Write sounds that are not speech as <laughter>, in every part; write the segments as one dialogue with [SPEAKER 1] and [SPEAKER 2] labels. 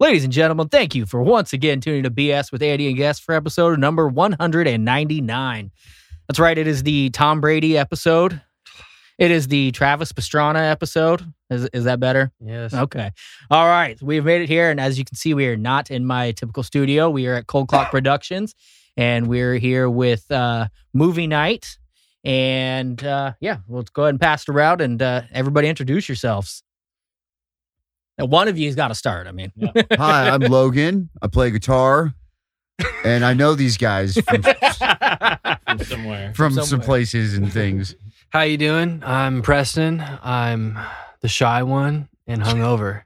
[SPEAKER 1] Ladies and gentlemen, thank you for once again tuning to BS with Andy and Guest for episode number 199. That's right, it is the Tom Brady episode. It is the Travis Pastrana episode. Is, is that better?
[SPEAKER 2] Yes.
[SPEAKER 1] Okay. All right. We've made it here. And as you can see, we are not in my typical studio. We are at Cold Clock Productions and we're here with uh, movie night. And uh, yeah, let's go ahead and pass it around and uh, everybody introduce yourselves. Now, one of you has got to start. I mean,
[SPEAKER 3] Hi, I'm Logan. I play guitar, and I know these guys from,
[SPEAKER 2] From somewhere.
[SPEAKER 3] from some
[SPEAKER 1] Somewhere.
[SPEAKER 3] places and things.
[SPEAKER 4] How you doing? I'm Preston. I'm the shy one and hungover.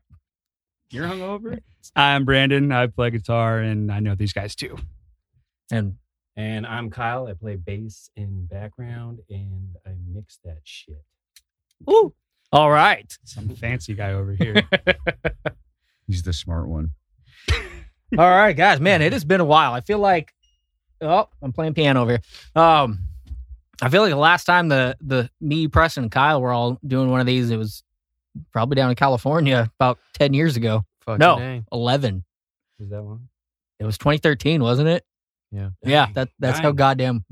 [SPEAKER 2] You're hungover?
[SPEAKER 5] I'm Brandon. I play guitar and I know these guys too.
[SPEAKER 1] and
[SPEAKER 2] And I'm Kyle. I play bass in background and I mix that shit.
[SPEAKER 1] Ooh. All
[SPEAKER 2] <laughs>
[SPEAKER 1] right.
[SPEAKER 5] Some fancy guy over here.
[SPEAKER 3] He's the smart one.
[SPEAKER 1] All right, guys. Man, it has been a while. I feel like oh, I'm playing piano over here. Um I feel like the last time the the me, Preston, and Kyle were all doing one of these, it was probably down in California about ten years ago.
[SPEAKER 4] Fucking
[SPEAKER 1] No.
[SPEAKER 4] dang.
[SPEAKER 1] Eleven.
[SPEAKER 2] Is that one?
[SPEAKER 1] It was twenty thirteen, wasn't it?
[SPEAKER 4] Yeah.
[SPEAKER 1] Yeah, that that's how
[SPEAKER 2] Dang.
[SPEAKER 1] goddamn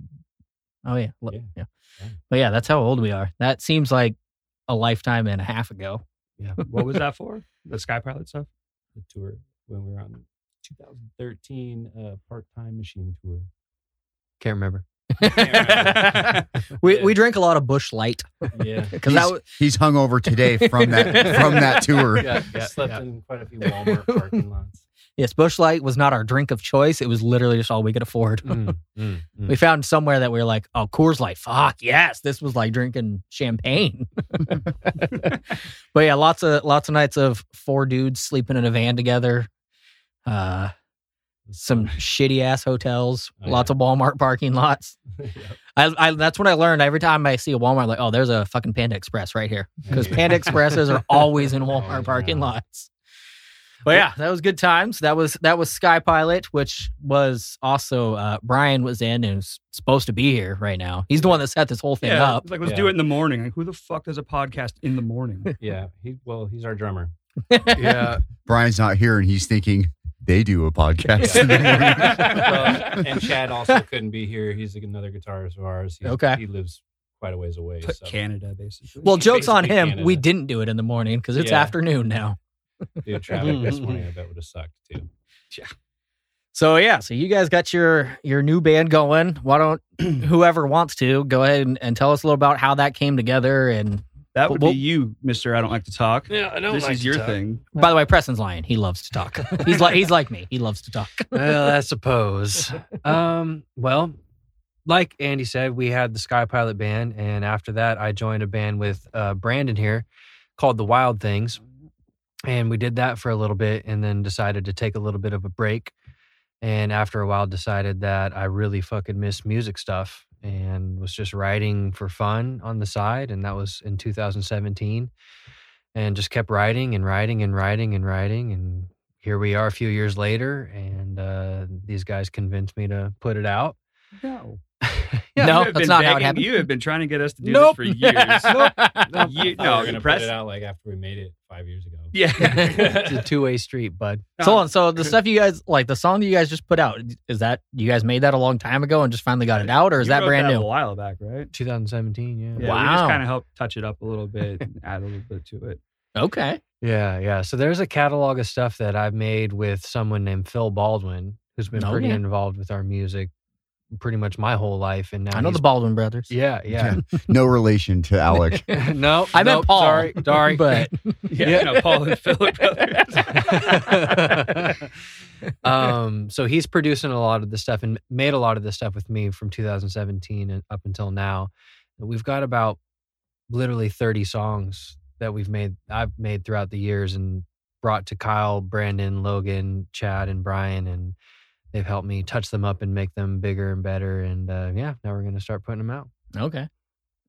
[SPEAKER 1] Oh yeah. Look,
[SPEAKER 2] Yeah.
[SPEAKER 1] yeah.
[SPEAKER 2] Dang.
[SPEAKER 1] But yeah, that's how old we are. That seems like a lifetime and a half ago.
[SPEAKER 5] what was that for? The Sky Pilot stuff?
[SPEAKER 2] The tour when we were on 2013 uh, part time machine tour.
[SPEAKER 4] Can't remember.
[SPEAKER 1] <laughs> we we drink a lot of bush light.
[SPEAKER 2] Yeah.
[SPEAKER 1] Because
[SPEAKER 3] He's-
[SPEAKER 1] that was
[SPEAKER 3] He's hungover today from that from that
[SPEAKER 2] <laughs>
[SPEAKER 3] tour.
[SPEAKER 4] Yeah, yeah,
[SPEAKER 2] Slept
[SPEAKER 4] yeah.
[SPEAKER 2] in quite a few Walmart parking lots.
[SPEAKER 1] Yes, Bushlight was not our drink of choice. It was literally just all we could afford.
[SPEAKER 4] Mm, mm, mm.
[SPEAKER 2] Hmm.
[SPEAKER 1] We found somewhere that we were like, oh, Coors Light, fuck yes, this was like drinking champagne. but yeah, lots of lots of nights of four dudes sleeping in a van together, uh,
[SPEAKER 2] <laughs>
[SPEAKER 1] some shitty ass hotels,
[SPEAKER 2] Oh,
[SPEAKER 1] lots of Walmart parking lots.
[SPEAKER 2] Yep.
[SPEAKER 1] I, I that's what I learned every time I see a Walmart, like, oh, there's a fucking Panda Express right here because Panda Expresses are always in Walmart
[SPEAKER 2] Oh,
[SPEAKER 1] parking
[SPEAKER 2] yeah.
[SPEAKER 1] lots. But yeah, that was good times. That was that was Sky Pilot, which was also uh, Brian was in and was supposed to be here right now. He's the one that set this whole thing
[SPEAKER 5] Yeah.
[SPEAKER 1] up.
[SPEAKER 5] It's like, let's
[SPEAKER 2] Yeah.
[SPEAKER 5] do it in the morning. Like, who the fuck does a podcast in
[SPEAKER 2] <laughs>
[SPEAKER 5] the morning?
[SPEAKER 2] Yeah. He, well, he's our drummer.
[SPEAKER 4] yeah.
[SPEAKER 3] Brian's not here, and he's thinking they do a podcast. <laughs> in the morning."
[SPEAKER 2] Well, and Chad also couldn't be here. He's another guitarist of ours. He's,
[SPEAKER 1] Okay.
[SPEAKER 2] He lives quite a ways away.
[SPEAKER 5] Put
[SPEAKER 2] so-
[SPEAKER 5] Canada, basically.
[SPEAKER 1] Well, jokes on
[SPEAKER 2] Basically
[SPEAKER 1] him. We
[SPEAKER 2] Canada.
[SPEAKER 1] didn't do it in the morning because it's
[SPEAKER 2] Yeah.
[SPEAKER 1] afternoon now.
[SPEAKER 2] Dude,
[SPEAKER 1] <laughs>
[SPEAKER 2] traffic this morning, I bet would have sucked too.
[SPEAKER 1] So yeah, so you guys got your your new band going. Why don't <clears throat> whoever wants to go ahead and, and tell us a little about how that came together? And
[SPEAKER 5] that would
[SPEAKER 1] well-
[SPEAKER 5] be you, Mister. I don't like to talk.
[SPEAKER 4] Yeah, I don't
[SPEAKER 5] this is your thing.
[SPEAKER 1] by the way, Preston's lying. He loves to talk. he's like he's like me. He loves to talk.
[SPEAKER 4] well, I suppose. Um, well, like Andy said, we had the Sky Pilot band, and after that, I joined a band with uh, Brandon here called the Wild Things, and we did that for a little bit, and then decided to take a little bit of a break. And after a while, decided that I really fucking missed music stuff and was just writing for fun on the side, and that was in 2017. And just kept writing and writing and writing and writing and here we are a few years later, and uh, these guys convinced me to put it out.
[SPEAKER 5] No.
[SPEAKER 1] No,
[SPEAKER 5] <laughs> you have
[SPEAKER 1] that's
[SPEAKER 5] been
[SPEAKER 1] not how it
[SPEAKER 5] begging-
[SPEAKER 1] happened.
[SPEAKER 5] You have been trying to get us to do
[SPEAKER 1] Nope. <laughs>
[SPEAKER 5] this for <laughs> years.
[SPEAKER 1] Nope.
[SPEAKER 5] You,
[SPEAKER 2] I thought
[SPEAKER 5] no,
[SPEAKER 2] we were gonna put
[SPEAKER 5] press.
[SPEAKER 2] it out like after we made it five years ago.
[SPEAKER 5] <laughs>
[SPEAKER 2] <laughs>
[SPEAKER 5] Yeah.
[SPEAKER 4] It's a two way street, bud.
[SPEAKER 1] <laughs> So on. So
[SPEAKER 5] <laughs>
[SPEAKER 1] the stuff you guys like, the song that you guys just put out, is that you guys made that a long time ago and just finally got it out, or is
[SPEAKER 5] You
[SPEAKER 1] that
[SPEAKER 5] wrote
[SPEAKER 1] brand
[SPEAKER 5] A
[SPEAKER 1] new?
[SPEAKER 5] while back, right?
[SPEAKER 4] 2017, yeah.
[SPEAKER 5] Yeah, We just
[SPEAKER 1] Wow.
[SPEAKER 5] kind of helped touch it up a little bit and add a little bit to
[SPEAKER 1] <laughs>
[SPEAKER 5] it.
[SPEAKER 1] Okay.
[SPEAKER 4] Yeah, yeah. So there's a catalog of stuff that I've made with someone named Phil Baldwin, who's been
[SPEAKER 1] Oh,
[SPEAKER 4] pretty
[SPEAKER 1] yeah.
[SPEAKER 4] involved with our music pretty much my whole life. And now
[SPEAKER 1] I know the
[SPEAKER 4] he's-
[SPEAKER 1] Baldwin brothers.
[SPEAKER 4] Yeah, yeah.
[SPEAKER 3] no relation to Alec.
[SPEAKER 4] no,
[SPEAKER 1] I meant
[SPEAKER 4] <laughs> nope,
[SPEAKER 1] Paul.
[SPEAKER 4] Sorry,
[SPEAKER 1] <laughs>
[SPEAKER 4] sorry.
[SPEAKER 1] but
[SPEAKER 5] Yeah, no, Paul
[SPEAKER 1] <laughs>
[SPEAKER 5] and Philip brothers.
[SPEAKER 4] um, so he's producing a lot of the stuff and made a lot of the stuff with me from 2017 and up until now. We've got about literally 30 songs that we've made. I've made throughout the years and brought to Kyle, Brandon, Logan, Chad, and Brian, and they've helped me touch them up and make them bigger and better. And uh, yeah, now we're gonna start putting them out.
[SPEAKER 1] okay.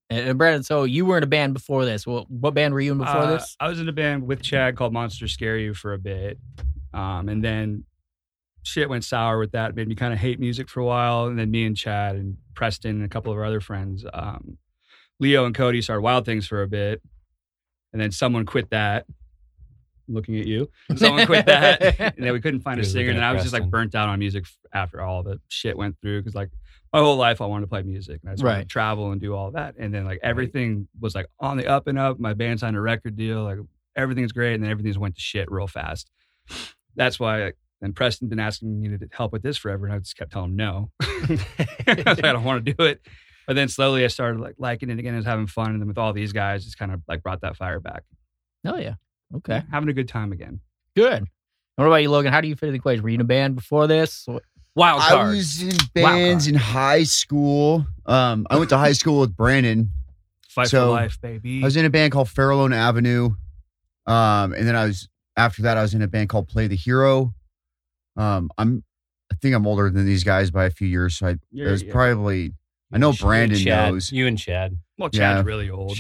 [SPEAKER 1] And, and Brandon, so you were in a band before this. What, what band were you in before
[SPEAKER 5] Uh,
[SPEAKER 1] this?
[SPEAKER 5] I was in a band with Chad called Monster Scare You for a bit. Um, and then shit went sour with that, made me kind of hate music for a while. And then me and Chad and Preston and a couple of our other friends, um, Leo and Cody started Wild Things for a bit. And then someone quit that. looking at
[SPEAKER 1] <laughs>
[SPEAKER 5] you. Someone quit that. And then we couldn't find a
[SPEAKER 4] He was
[SPEAKER 5] singer.
[SPEAKER 4] looking
[SPEAKER 5] And
[SPEAKER 4] at
[SPEAKER 5] I was just like
[SPEAKER 4] Preston.
[SPEAKER 5] burnt out on music f- after all the shit went through. Cause like my whole life I wanted to play music and I just wanted
[SPEAKER 1] Right.
[SPEAKER 5] to travel and do all that. And then like everything was like on the up and up. My band signed a record deal. Like everything's great. And then everything's went to shit real fast. That's why like, and Preston been asking me to help with this forever, and I just kept telling him no. <laughs> I was like, I don't want to do it. But then slowly I started like liking it again. I was having fun, and then with all these guys, it's kind of like brought that fire back.
[SPEAKER 1] Oh yeah. Okay.
[SPEAKER 5] having a good time again.
[SPEAKER 1] Good. What about you, Logan? How do you fit in the equation? Were you in a band before this? What-
[SPEAKER 4] Wild
[SPEAKER 3] I
[SPEAKER 4] card.
[SPEAKER 3] was in bands in high school. Um, I went to high school with Brandon.
[SPEAKER 5] Fight
[SPEAKER 3] So,
[SPEAKER 5] for life, baby.
[SPEAKER 3] I was in a band called Farallone Avenue. Um, and then I was after that I was in a band called Play the Hero. Um, I'm I think I'm older than these guys by a few years, so I it
[SPEAKER 5] You're-
[SPEAKER 3] was
[SPEAKER 5] yeah.
[SPEAKER 3] probably I know
[SPEAKER 4] You and
[SPEAKER 3] Brandon
[SPEAKER 4] Chad.
[SPEAKER 3] knows.
[SPEAKER 4] You and Chad.
[SPEAKER 5] well, Chad's
[SPEAKER 3] yeah.
[SPEAKER 5] really old.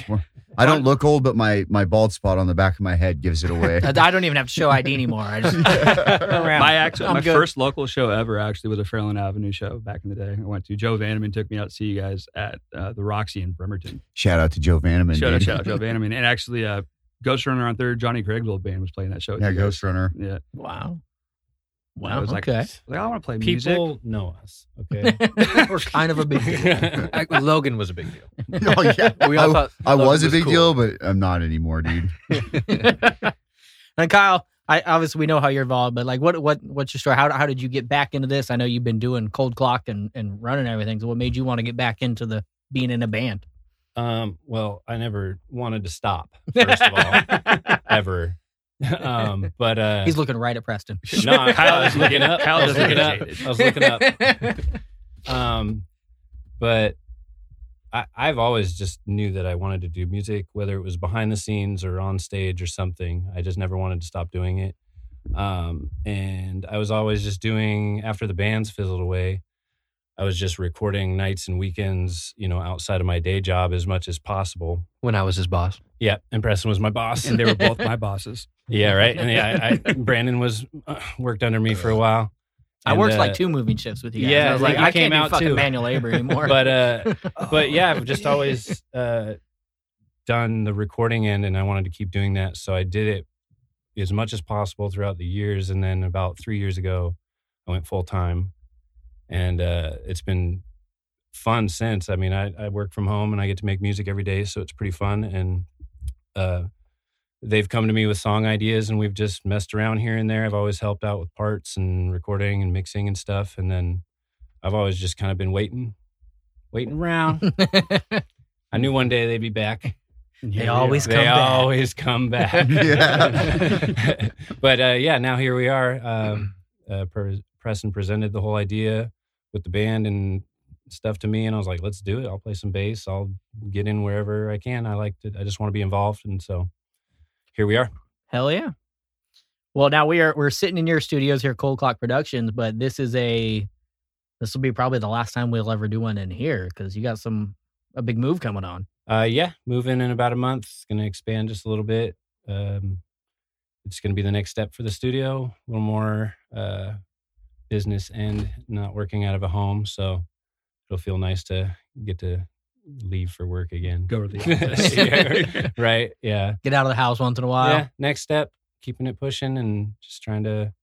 [SPEAKER 3] I don't look old, but my my bald spot on the back of my head gives
[SPEAKER 1] <laughs>
[SPEAKER 3] it away.
[SPEAKER 1] I I don't even have to show ID anymore. I
[SPEAKER 5] <laughs>
[SPEAKER 1] just <laughs> around.
[SPEAKER 5] My actual,
[SPEAKER 1] I'm
[SPEAKER 5] my
[SPEAKER 1] good.
[SPEAKER 5] first local show ever actually was a Fairland Avenue show back in the day. I went to Joe Vanneman took me out to see you guys at uh, the Roxy in Bremerton.
[SPEAKER 3] Shout out to Joe Vanneman.
[SPEAKER 5] Shout out,
[SPEAKER 3] dude.
[SPEAKER 5] shout out Joe Vanneman, and actually uh, Ghost Runner on Third, Johnny Craig's old band was playing that show. with
[SPEAKER 3] Yeah,
[SPEAKER 5] you guys.
[SPEAKER 3] Ghost
[SPEAKER 5] <laughs>
[SPEAKER 3] Runner.
[SPEAKER 5] Yeah,
[SPEAKER 1] Wow.
[SPEAKER 5] And I
[SPEAKER 1] Wow.
[SPEAKER 5] was
[SPEAKER 1] <laughs>
[SPEAKER 5] like,
[SPEAKER 1] okay.
[SPEAKER 5] like, I want to play music.
[SPEAKER 2] People know us. <laughs>
[SPEAKER 1] <laughs>
[SPEAKER 2] Okay.
[SPEAKER 1] We're kind of a big deal.
[SPEAKER 4] I, Logan was a big deal.
[SPEAKER 3] Oh, yeah. <laughs>
[SPEAKER 4] We all
[SPEAKER 3] I,
[SPEAKER 4] thought
[SPEAKER 3] I
[SPEAKER 4] Logan
[SPEAKER 3] was a big
[SPEAKER 4] cool.
[SPEAKER 3] deal, but I'm not anymore, dude.
[SPEAKER 1] <laughs> and Kyle, I obviously we know how you're involved, but like, what what what's your story? How how did you get back into this? I know you've been doing cold clock and and running everything. So what made you want to get back into the being in a band?
[SPEAKER 2] um, well, I never wanted to stop, first of all, <laughs> ever. Um, but uh,
[SPEAKER 1] He's looking right at Preston.
[SPEAKER 2] no, I- I
[SPEAKER 5] Kyle
[SPEAKER 2] was
[SPEAKER 5] is
[SPEAKER 2] looking up.
[SPEAKER 5] Kyle
[SPEAKER 2] I was
[SPEAKER 5] doesn't
[SPEAKER 2] looking up.
[SPEAKER 5] get
[SPEAKER 2] I was looking
[SPEAKER 1] <laughs>
[SPEAKER 2] up. Um, but I, I've always just knew that I wanted to do music, whether it was behind the scenes or on stage or something. I just never wanted to stop doing it. Um, and I was always just doing after the bands fizzled away. I was just recording nights and weekends, you know, outside of my day job as much as possible.
[SPEAKER 4] When I was his boss.
[SPEAKER 2] Yeah, and Preston was my
[SPEAKER 1] <laughs>
[SPEAKER 2] boss.
[SPEAKER 5] and they were both my bosses.
[SPEAKER 2] yeah, right. And yeah, I, I, Brandon was uh, worked under me for a while.
[SPEAKER 1] I worked
[SPEAKER 2] And, uh,
[SPEAKER 1] like two moving shifts with you guys.
[SPEAKER 2] yeah,
[SPEAKER 1] I was like,
[SPEAKER 2] you
[SPEAKER 1] I
[SPEAKER 2] came
[SPEAKER 1] can't do
[SPEAKER 2] out
[SPEAKER 1] fucking
[SPEAKER 2] too.
[SPEAKER 1] manual labor anymore.
[SPEAKER 2] <laughs> But uh,
[SPEAKER 1] <laughs> Oh,
[SPEAKER 2] but yeah, I've just always uh, done the recording end, and I wanted to keep doing that. So I did it as much as possible throughout the years, and then about three years ago, I went full time, and uh, it's been fun since. I mean, I, I work from home, and I get to make music every day, so it's pretty fun. And uh, they've come to me with song ideas, and we've just messed around here and there. I've always helped out with parts and recording and mixing and stuff, and then. I've always just kind of been waiting, waiting around. I knew one day they'd be back.
[SPEAKER 1] They always
[SPEAKER 2] they
[SPEAKER 1] come back. <laughs>
[SPEAKER 2] always come back.
[SPEAKER 3] Yeah.
[SPEAKER 2] <laughs> but uh, yeah, now here we are. Um, uh, Pre- Preston presented the whole idea with the band and stuff to me, and I was like, "Let's do it. I'll play some bass. I'll get in wherever I can. I like to. I just want to be involved." And so here we are.
[SPEAKER 1] Hell yeah. Well, now we are we're sitting in your studios here, at Cold Clock Productions, but this is a this will be probably the last time we'll ever do one in here because you got some a big move coming on.
[SPEAKER 2] Uh, yeah, moving in about a month. Going to expand just a little bit. Um, it's going to be the next step for the studio. A little more uh, business and not working out of a home, so it'll feel nice to get to leave for work again.
[SPEAKER 1] <laughs>
[SPEAKER 5] Go to the office.
[SPEAKER 2] Yeah, right? Yeah.
[SPEAKER 1] Get out of the house once in a while.
[SPEAKER 2] Yeah. Next step, keeping it pushing and just trying to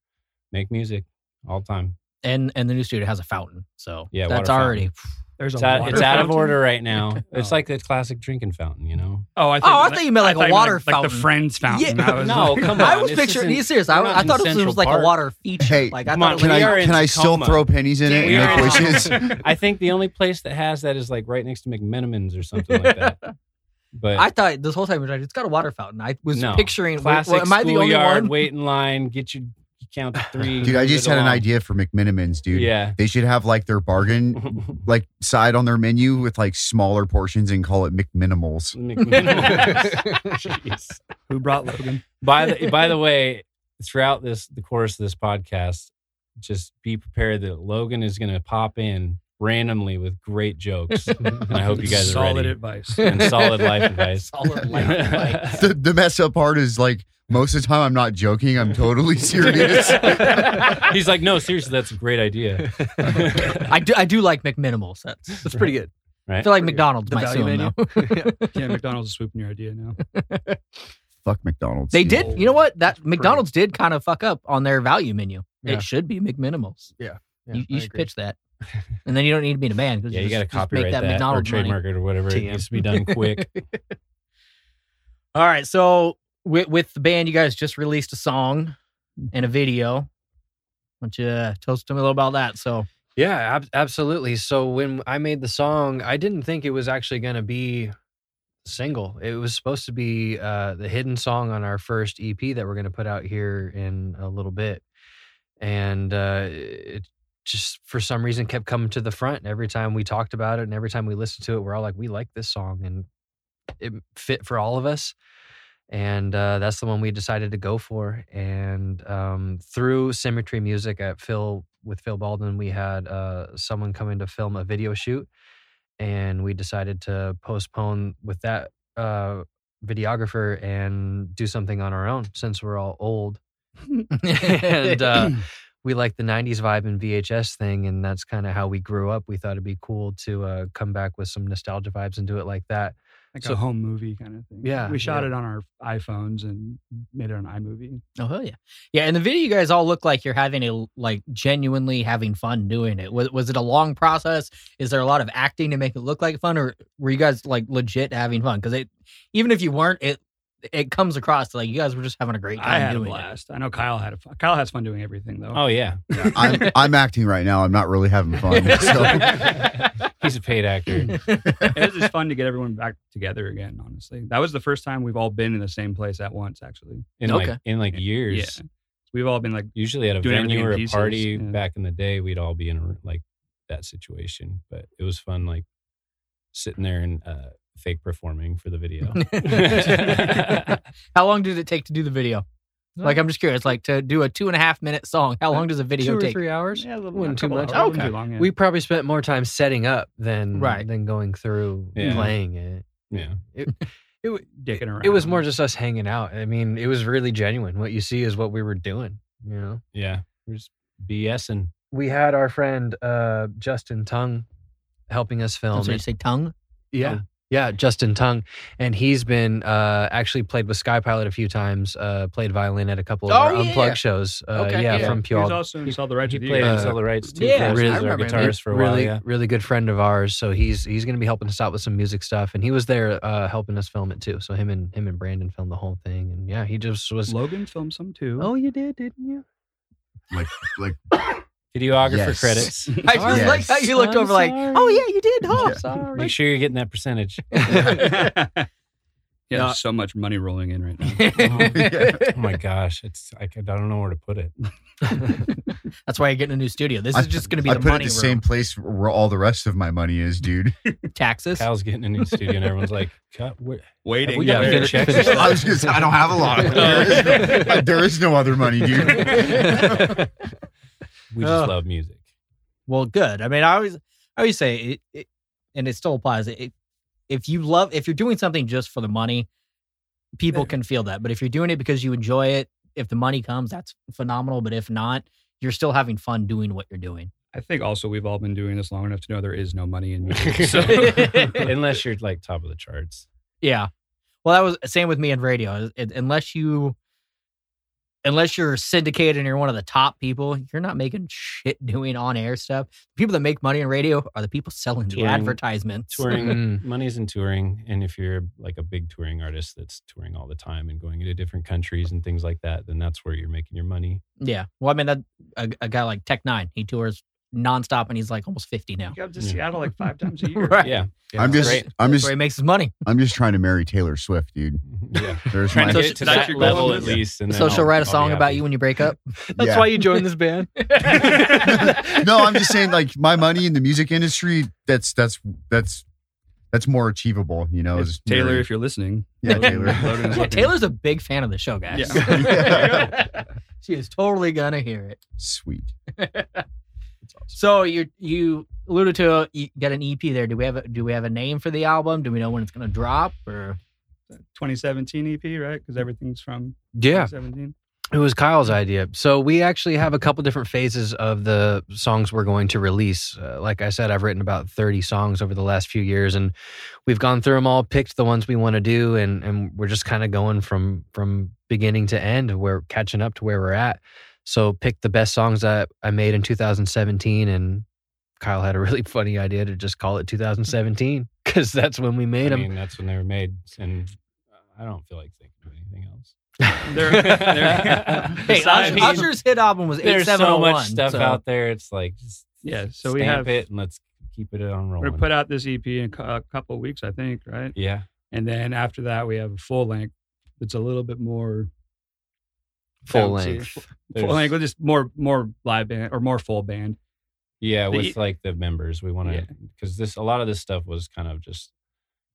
[SPEAKER 2] make music all the time.
[SPEAKER 1] And and the new studio has a fountain. So
[SPEAKER 2] Yeah,
[SPEAKER 1] that's
[SPEAKER 2] water fountain.
[SPEAKER 1] already
[SPEAKER 5] There's
[SPEAKER 2] It's out,
[SPEAKER 5] water
[SPEAKER 2] it's out of
[SPEAKER 5] fountain?
[SPEAKER 2] order right
[SPEAKER 5] <laughs>
[SPEAKER 2] now. It's
[SPEAKER 5] Oh.
[SPEAKER 2] like the classic drinking fountain, you know.
[SPEAKER 5] Oh, I
[SPEAKER 1] Oh, I thought you meant like
[SPEAKER 5] I thought
[SPEAKER 1] a
[SPEAKER 5] you
[SPEAKER 1] water
[SPEAKER 5] meant, like,
[SPEAKER 1] fountain.
[SPEAKER 5] Like the Friends fountain.
[SPEAKER 1] Yeah.
[SPEAKER 5] I was
[SPEAKER 2] No,
[SPEAKER 5] like-
[SPEAKER 1] <laughs>
[SPEAKER 3] <laughs>
[SPEAKER 2] come
[SPEAKER 1] I
[SPEAKER 2] on,
[SPEAKER 1] was
[SPEAKER 2] this
[SPEAKER 1] picturing
[SPEAKER 2] isn't-
[SPEAKER 1] you serious. I,
[SPEAKER 2] we're not
[SPEAKER 1] I thought
[SPEAKER 2] in
[SPEAKER 1] this was
[SPEAKER 2] Central
[SPEAKER 1] like
[SPEAKER 2] Park.
[SPEAKER 1] a water feature.
[SPEAKER 3] Hey,
[SPEAKER 1] like I
[SPEAKER 2] come
[SPEAKER 1] thought
[SPEAKER 2] on,
[SPEAKER 1] it
[SPEAKER 3] Can
[SPEAKER 2] We
[SPEAKER 1] was-
[SPEAKER 2] are
[SPEAKER 3] I
[SPEAKER 2] in
[SPEAKER 3] can I still
[SPEAKER 2] Tacoma.
[SPEAKER 3] throw pennies in it
[SPEAKER 2] We
[SPEAKER 3] and
[SPEAKER 2] are
[SPEAKER 3] make
[SPEAKER 2] in
[SPEAKER 3] wishes?
[SPEAKER 2] I think the only place that has that is like right next to McMenamins or something like
[SPEAKER 1] <laughs>
[SPEAKER 2] that. But
[SPEAKER 1] I thought this whole time was like, it's got a water fountain. I was
[SPEAKER 2] no.
[SPEAKER 1] picturing
[SPEAKER 2] classic
[SPEAKER 1] well, am I the only
[SPEAKER 2] schoolyard,
[SPEAKER 1] one?
[SPEAKER 2] Wait in line, get your you
[SPEAKER 1] <sighs>
[SPEAKER 2] count to three.
[SPEAKER 3] Dude, I
[SPEAKER 2] move
[SPEAKER 3] just
[SPEAKER 2] it
[SPEAKER 3] had an
[SPEAKER 2] along.
[SPEAKER 3] idea for McMenamins, dude. <laughs>
[SPEAKER 2] Yeah. <laughs>
[SPEAKER 3] They should have like their bargain like side on their menu with like smaller portions and call it
[SPEAKER 1] <laughs>
[SPEAKER 3] McMinimals.
[SPEAKER 2] McMenamins. Jeez.
[SPEAKER 5] <laughs> Who brought Logan?
[SPEAKER 2] by the by the way, throughout this the course of this podcast, just be prepared that Logan is going to pop in randomly with great jokes. and I hope you guys are
[SPEAKER 5] Solid
[SPEAKER 2] ready. <laughs>
[SPEAKER 5] advice.
[SPEAKER 2] and solid
[SPEAKER 3] <laughs>
[SPEAKER 2] life advice.
[SPEAKER 1] Solid life
[SPEAKER 2] <laughs>
[SPEAKER 1] advice.
[SPEAKER 3] The, the messed up part is like most of the time I'm not joking.
[SPEAKER 1] <laughs>
[SPEAKER 3] I'm totally serious.
[SPEAKER 2] He's like, no, seriously, that's a
[SPEAKER 3] <laughs>
[SPEAKER 2] great idea.
[SPEAKER 1] I do I do like McMinimals. That's, that's pretty good.
[SPEAKER 2] Right.
[SPEAKER 1] I feel like McDonald's
[SPEAKER 5] The
[SPEAKER 1] might
[SPEAKER 5] value
[SPEAKER 1] soon
[SPEAKER 5] menu.
[SPEAKER 1] though.
[SPEAKER 5] Yeah, McDonald's is swooping your idea now.
[SPEAKER 3] fuck McDonald's.
[SPEAKER 1] They
[SPEAKER 3] dude.
[SPEAKER 1] did. You know what? That McDonald's did kind of fuck up on their value menu.
[SPEAKER 4] Yeah.
[SPEAKER 1] It should be McMinimals.
[SPEAKER 4] Yeah,
[SPEAKER 1] you
[SPEAKER 4] I
[SPEAKER 1] you should
[SPEAKER 4] agree.
[SPEAKER 1] pitch
[SPEAKER 2] <laughs>
[SPEAKER 1] that, and then you don't need to be a man. 'cause
[SPEAKER 2] Yeah, you
[SPEAKER 1] just-
[SPEAKER 2] got to
[SPEAKER 1] just make
[SPEAKER 2] copyright that, or
[SPEAKER 1] McDonald's money.
[SPEAKER 2] trademark it or whatever. It
[SPEAKER 4] TM.
[SPEAKER 2] needs to be done quick.
[SPEAKER 1] All right, so with, with the band, you guys just released a song and a video. Why don't you uh, tell us to me a little about that? So
[SPEAKER 4] <laughs> Yeah, ab- absolutely. So when I made the song, I didn't think it was actually going to be single. It was supposed to be uh, the hidden song on our first EP that we're going to put out here in a little bit, and uh, it just for some reason kept coming to the front every time we talked about it and every time we listened to it. We're all like, we like this song, and it fit for all of us and uh, that's the one we decided to go for. And um, through Symmetry Music at Phil with Phil Baldwin, we had uh, someone coming to film a video shoot, and we decided to postpone with that uh, videographer and do something on our own since we're all old <laughs> <laughs> and uh, <clears throat> we like the 90s vibe and VHS thing, and that's kind of how we grew up. We thought it'd be cool to uh, come back with some nostalgia vibes and do it like that.
[SPEAKER 5] like
[SPEAKER 4] So-
[SPEAKER 5] a home movie kind of thing.
[SPEAKER 4] Yeah,
[SPEAKER 5] we shot
[SPEAKER 4] yeah.
[SPEAKER 5] it on our iPhones and made it on iMovie.
[SPEAKER 1] oh hell yeah, yeah. In the video, you guys all look like you're having a like genuinely having fun doing it. Was was it a long process? Is there a lot of acting to make it look like fun, or were you guys like legit having fun? Because it, even if you weren't, it it comes across like you guys were just having a great time
[SPEAKER 5] I had a
[SPEAKER 1] doing
[SPEAKER 5] blast. I know Kyle had a fun. Kyle has fun doing everything though.
[SPEAKER 4] <laughs>
[SPEAKER 2] Oh yeah,
[SPEAKER 1] <laughs>
[SPEAKER 3] I'm, I'm acting right now. I'm not really having fun. So.
[SPEAKER 2] <laughs>
[SPEAKER 4] <laughs>
[SPEAKER 1] it.
[SPEAKER 2] he's a paid actor.
[SPEAKER 5] it was just fun to get everyone back together again. Honestly, that was the first time we've all been in the same place at once. Actually,
[SPEAKER 2] In
[SPEAKER 1] Okay.
[SPEAKER 2] like in like years.
[SPEAKER 5] yeah, we've all been like,
[SPEAKER 2] Usually at a
[SPEAKER 5] Doing everything
[SPEAKER 2] venue
[SPEAKER 5] in
[SPEAKER 2] or a
[SPEAKER 5] pieces,
[SPEAKER 2] party
[SPEAKER 5] yeah.
[SPEAKER 2] back in the day, we'd all be in a, like that situation. But it was fun, like sitting there and uh, fake performing for the video.
[SPEAKER 4] <laughs>
[SPEAKER 2] <laughs>
[SPEAKER 1] how long did it take to do the video? Like, I'm just curious. Like to do a two and a half minute song, how long does a video
[SPEAKER 4] Two or
[SPEAKER 1] take?
[SPEAKER 4] three hours?
[SPEAKER 5] yeah, a little
[SPEAKER 4] Wasn't
[SPEAKER 5] a
[SPEAKER 4] too
[SPEAKER 5] couple
[SPEAKER 4] much.
[SPEAKER 5] hours, wasn't
[SPEAKER 1] Okay.
[SPEAKER 5] too long, yeah.
[SPEAKER 4] we probably spent more time setting up than
[SPEAKER 1] Right.
[SPEAKER 4] than going through
[SPEAKER 2] Yeah.
[SPEAKER 4] playing it.
[SPEAKER 2] yeah,
[SPEAKER 4] It, w-
[SPEAKER 5] dicking around.
[SPEAKER 4] it was more just us hanging out. I mean, it was really genuine. What you see is what we were doing. You know,
[SPEAKER 2] yeah. We're just BSing.
[SPEAKER 4] we had our friend uh, Justin Tung helping us
[SPEAKER 1] I'm
[SPEAKER 4] film.
[SPEAKER 1] sorry, Oh,
[SPEAKER 4] it.
[SPEAKER 1] you say tongue.
[SPEAKER 4] Yeah. Yeah, Justin Tung, and he's been uh, actually played with Sky Pilot a few times. Uh, played violin at a couple of
[SPEAKER 1] Oh,
[SPEAKER 4] our
[SPEAKER 1] yeah.
[SPEAKER 4] unplugged shows. Uh,
[SPEAKER 1] Okay,
[SPEAKER 4] yeah,
[SPEAKER 1] yeah.
[SPEAKER 4] from
[SPEAKER 5] He was
[SPEAKER 4] Puyallup.
[SPEAKER 5] also in Sell the Right
[SPEAKER 2] He
[SPEAKER 5] to the
[SPEAKER 2] played
[SPEAKER 4] uh,
[SPEAKER 2] on Sell the Rights too.
[SPEAKER 1] yeah,
[SPEAKER 2] for us
[SPEAKER 4] I
[SPEAKER 2] as our
[SPEAKER 1] remember him.
[SPEAKER 2] guitarist for a
[SPEAKER 4] really,
[SPEAKER 2] while. Yeah.
[SPEAKER 4] really good friend of ours. So he's he's going to be helping us out with some music stuff, and he was there uh, helping us film it too. So him and him and Brandon filmed the whole thing, and yeah, he just was.
[SPEAKER 5] Logan filmed some too.
[SPEAKER 4] Oh, you did, didn't you?
[SPEAKER 3] Like, like
[SPEAKER 2] Videographer
[SPEAKER 3] yes.
[SPEAKER 2] credits.
[SPEAKER 1] <laughs> I just
[SPEAKER 3] Yes.
[SPEAKER 1] like how you looked
[SPEAKER 4] I'm
[SPEAKER 1] over, like, oh
[SPEAKER 4] sorry.
[SPEAKER 1] yeah, you did, huh?
[SPEAKER 4] I'm sorry.
[SPEAKER 2] Make sure you're getting that <laughs> percentage.
[SPEAKER 5] <laughs> yeah,
[SPEAKER 1] Yeah.
[SPEAKER 5] there's so much money rolling in right now.
[SPEAKER 2] Oh my gosh, it's I, could- I don't know where to put it.
[SPEAKER 1] That's why you're getting a new studio. This
[SPEAKER 3] I-
[SPEAKER 1] is just going to be
[SPEAKER 3] I
[SPEAKER 1] the
[SPEAKER 3] put it
[SPEAKER 1] money
[SPEAKER 3] the same
[SPEAKER 1] room.
[SPEAKER 3] place where all the rest of my money
[SPEAKER 1] <laughs>
[SPEAKER 3] is, dude.
[SPEAKER 1] taxes.
[SPEAKER 2] Kyle's getting a new studio, and everyone's like, "Cut, <laughs> where,
[SPEAKER 5] Waiting.
[SPEAKER 2] We gotta
[SPEAKER 5] for-
[SPEAKER 2] finish-
[SPEAKER 5] check-
[SPEAKER 2] finish
[SPEAKER 3] I was gonna say I don't have a lot.
[SPEAKER 1] <laughs>
[SPEAKER 3] There is no, there is no other money, dude.
[SPEAKER 2] <laughs> we just
[SPEAKER 1] Ugh.
[SPEAKER 2] love music."
[SPEAKER 1] Well, good. I mean, I always, I always say it, it and it still applies. It, if you love, if you're doing something just for the money, people can feel that. But if you're doing it because you enjoy it, if the money comes, that's phenomenal. But if not, you're still having fun doing what you're doing.
[SPEAKER 5] I think also we've all been doing this long enough to know there is no money in <laughs> music.
[SPEAKER 2] So-
[SPEAKER 5] So
[SPEAKER 2] unless you're like top of the charts,
[SPEAKER 1] Yeah. Well, that was same with me in radio. It- unless you, unless you're syndicated and you're one of the top people, you're not making shit doing on air stuff. The people that make money in radio are the people selling the
[SPEAKER 2] Touring-
[SPEAKER 1] advertisements.
[SPEAKER 2] touring
[SPEAKER 4] Mm.
[SPEAKER 2] money's in touring, and if you're like a big touring artist that's touring all the time and going into different countries and things like that, then that's where you're making your money.
[SPEAKER 1] Yeah. Well, I mean, that a, a guy like Tech Nine, he tours nonstop, and he's like almost fifty now.
[SPEAKER 5] You go up to
[SPEAKER 2] Yeah.
[SPEAKER 5] Seattle like five times <laughs> a year.
[SPEAKER 1] Right.
[SPEAKER 2] <laughs> Yeah,
[SPEAKER 3] I'm just,
[SPEAKER 2] Great.
[SPEAKER 3] I'm
[SPEAKER 1] That's
[SPEAKER 3] just,
[SPEAKER 1] where he makes his money.
[SPEAKER 3] I'm just trying to marry Taylor Swift, dude.
[SPEAKER 2] yeah.
[SPEAKER 3] There's
[SPEAKER 2] Trying
[SPEAKER 3] my,
[SPEAKER 1] So
[SPEAKER 3] <laughs>
[SPEAKER 2] to get
[SPEAKER 1] she-
[SPEAKER 2] to
[SPEAKER 5] that's
[SPEAKER 2] that
[SPEAKER 5] your goal,
[SPEAKER 2] level at
[SPEAKER 5] is it?
[SPEAKER 2] least, and then
[SPEAKER 1] So she'll
[SPEAKER 2] I'll-
[SPEAKER 1] write a
[SPEAKER 2] I'll be
[SPEAKER 1] song about
[SPEAKER 2] happy.
[SPEAKER 1] you when you break
[SPEAKER 2] <laughs>
[SPEAKER 1] up.
[SPEAKER 4] That's
[SPEAKER 3] Yeah.
[SPEAKER 4] why you joined
[SPEAKER 1] <laughs>
[SPEAKER 4] this band.
[SPEAKER 3] no, I'm just saying, like my money in the music industry, that's that's that's that's more achievable, you know. Is
[SPEAKER 5] Taylor,
[SPEAKER 3] marry-
[SPEAKER 5] if you're listening, <laughs>
[SPEAKER 3] yeah,
[SPEAKER 5] Logan-
[SPEAKER 3] Taylor.
[SPEAKER 5] Logan is
[SPEAKER 1] Yeah,
[SPEAKER 5] looking.
[SPEAKER 1] Taylor's a big fan of the show, guys.
[SPEAKER 2] <laughs>
[SPEAKER 5] Yeah.
[SPEAKER 1] <laughs> she is totally gonna hear it.
[SPEAKER 3] Sweet.
[SPEAKER 1] So you you alluded to uh, you got an EP there. Do we have a, do we have a name for the album? Do we know when it's going to drop? Or
[SPEAKER 5] E 2017 EP, right? Because everything's from
[SPEAKER 4] <laughs> yeah,
[SPEAKER 5] 2017.
[SPEAKER 4] It was Kyle's idea. So we actually have a couple different phases of the songs we're going to release. Uh, like I said, I've written about 30 songs over the last few years and we've gone through them all, picked the ones we want to do and and we're just kind of going from from beginning to end. We're catching up to where we're at. So picked the best songs that I made in 2017 and Kyle had a really <laughs> funny idea to just call it 2017 cuz that's when we made
[SPEAKER 2] I
[SPEAKER 4] them.
[SPEAKER 2] mean, that's when they were made, and I don't feel like thinking of anything else.
[SPEAKER 5] They're- <laughs> they're-
[SPEAKER 1] Hey,
[SPEAKER 5] Besides-
[SPEAKER 1] Usher, Usher's hit album was
[SPEAKER 2] There's so
[SPEAKER 1] 8701.
[SPEAKER 2] much stuff out there. It's like just
[SPEAKER 5] oh Yeah, so we
[SPEAKER 2] stamp
[SPEAKER 5] have
[SPEAKER 2] it and let's keep it on
[SPEAKER 5] we're
[SPEAKER 2] rolling.
[SPEAKER 5] gonna put out this EP in cou- a couple of weeks, I think, right?
[SPEAKER 2] yeah,
[SPEAKER 5] And then after that, we have a full length. It's a little bit more
[SPEAKER 4] full
[SPEAKER 5] bouncy.
[SPEAKER 4] length.
[SPEAKER 2] <laughs>
[SPEAKER 5] full
[SPEAKER 2] There's-
[SPEAKER 5] length, with just more more live band or more full band.
[SPEAKER 2] yeah,
[SPEAKER 5] The-
[SPEAKER 2] with like the members, we want to
[SPEAKER 5] Yeah.
[SPEAKER 2] because this a lot of this stuff was kind of just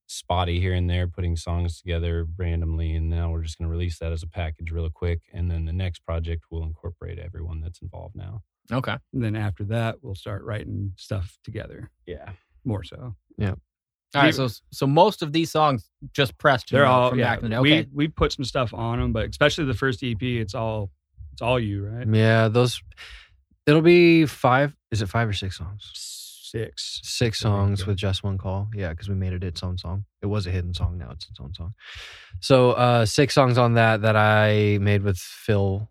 [SPEAKER 2] spotty here and there, putting songs together randomly, and now we're just gonna release that as a package real quick, and then the next project will incorporate everyone that's involved now.
[SPEAKER 1] Okay.
[SPEAKER 5] And then after that, we'll start writing stuff together
[SPEAKER 2] Yeah,
[SPEAKER 5] more so.
[SPEAKER 1] All right. So, so most of these songs just pressed. you
[SPEAKER 5] They're
[SPEAKER 1] know,
[SPEAKER 5] all
[SPEAKER 1] from
[SPEAKER 5] yeah,
[SPEAKER 1] back in the day. Okay.
[SPEAKER 5] We we put some stuff on them, but especially the first EP, it's all it's all you, right?
[SPEAKER 4] Yeah, those it'll be 5 is it 5 or 6 songs?
[SPEAKER 5] Six.
[SPEAKER 4] six
[SPEAKER 2] There we
[SPEAKER 4] songs
[SPEAKER 2] go.
[SPEAKER 4] with just one call. Yeah, because we made it its own song. It was a hidden song. Now it's its own song. So uh, six songs on that that I made with Phil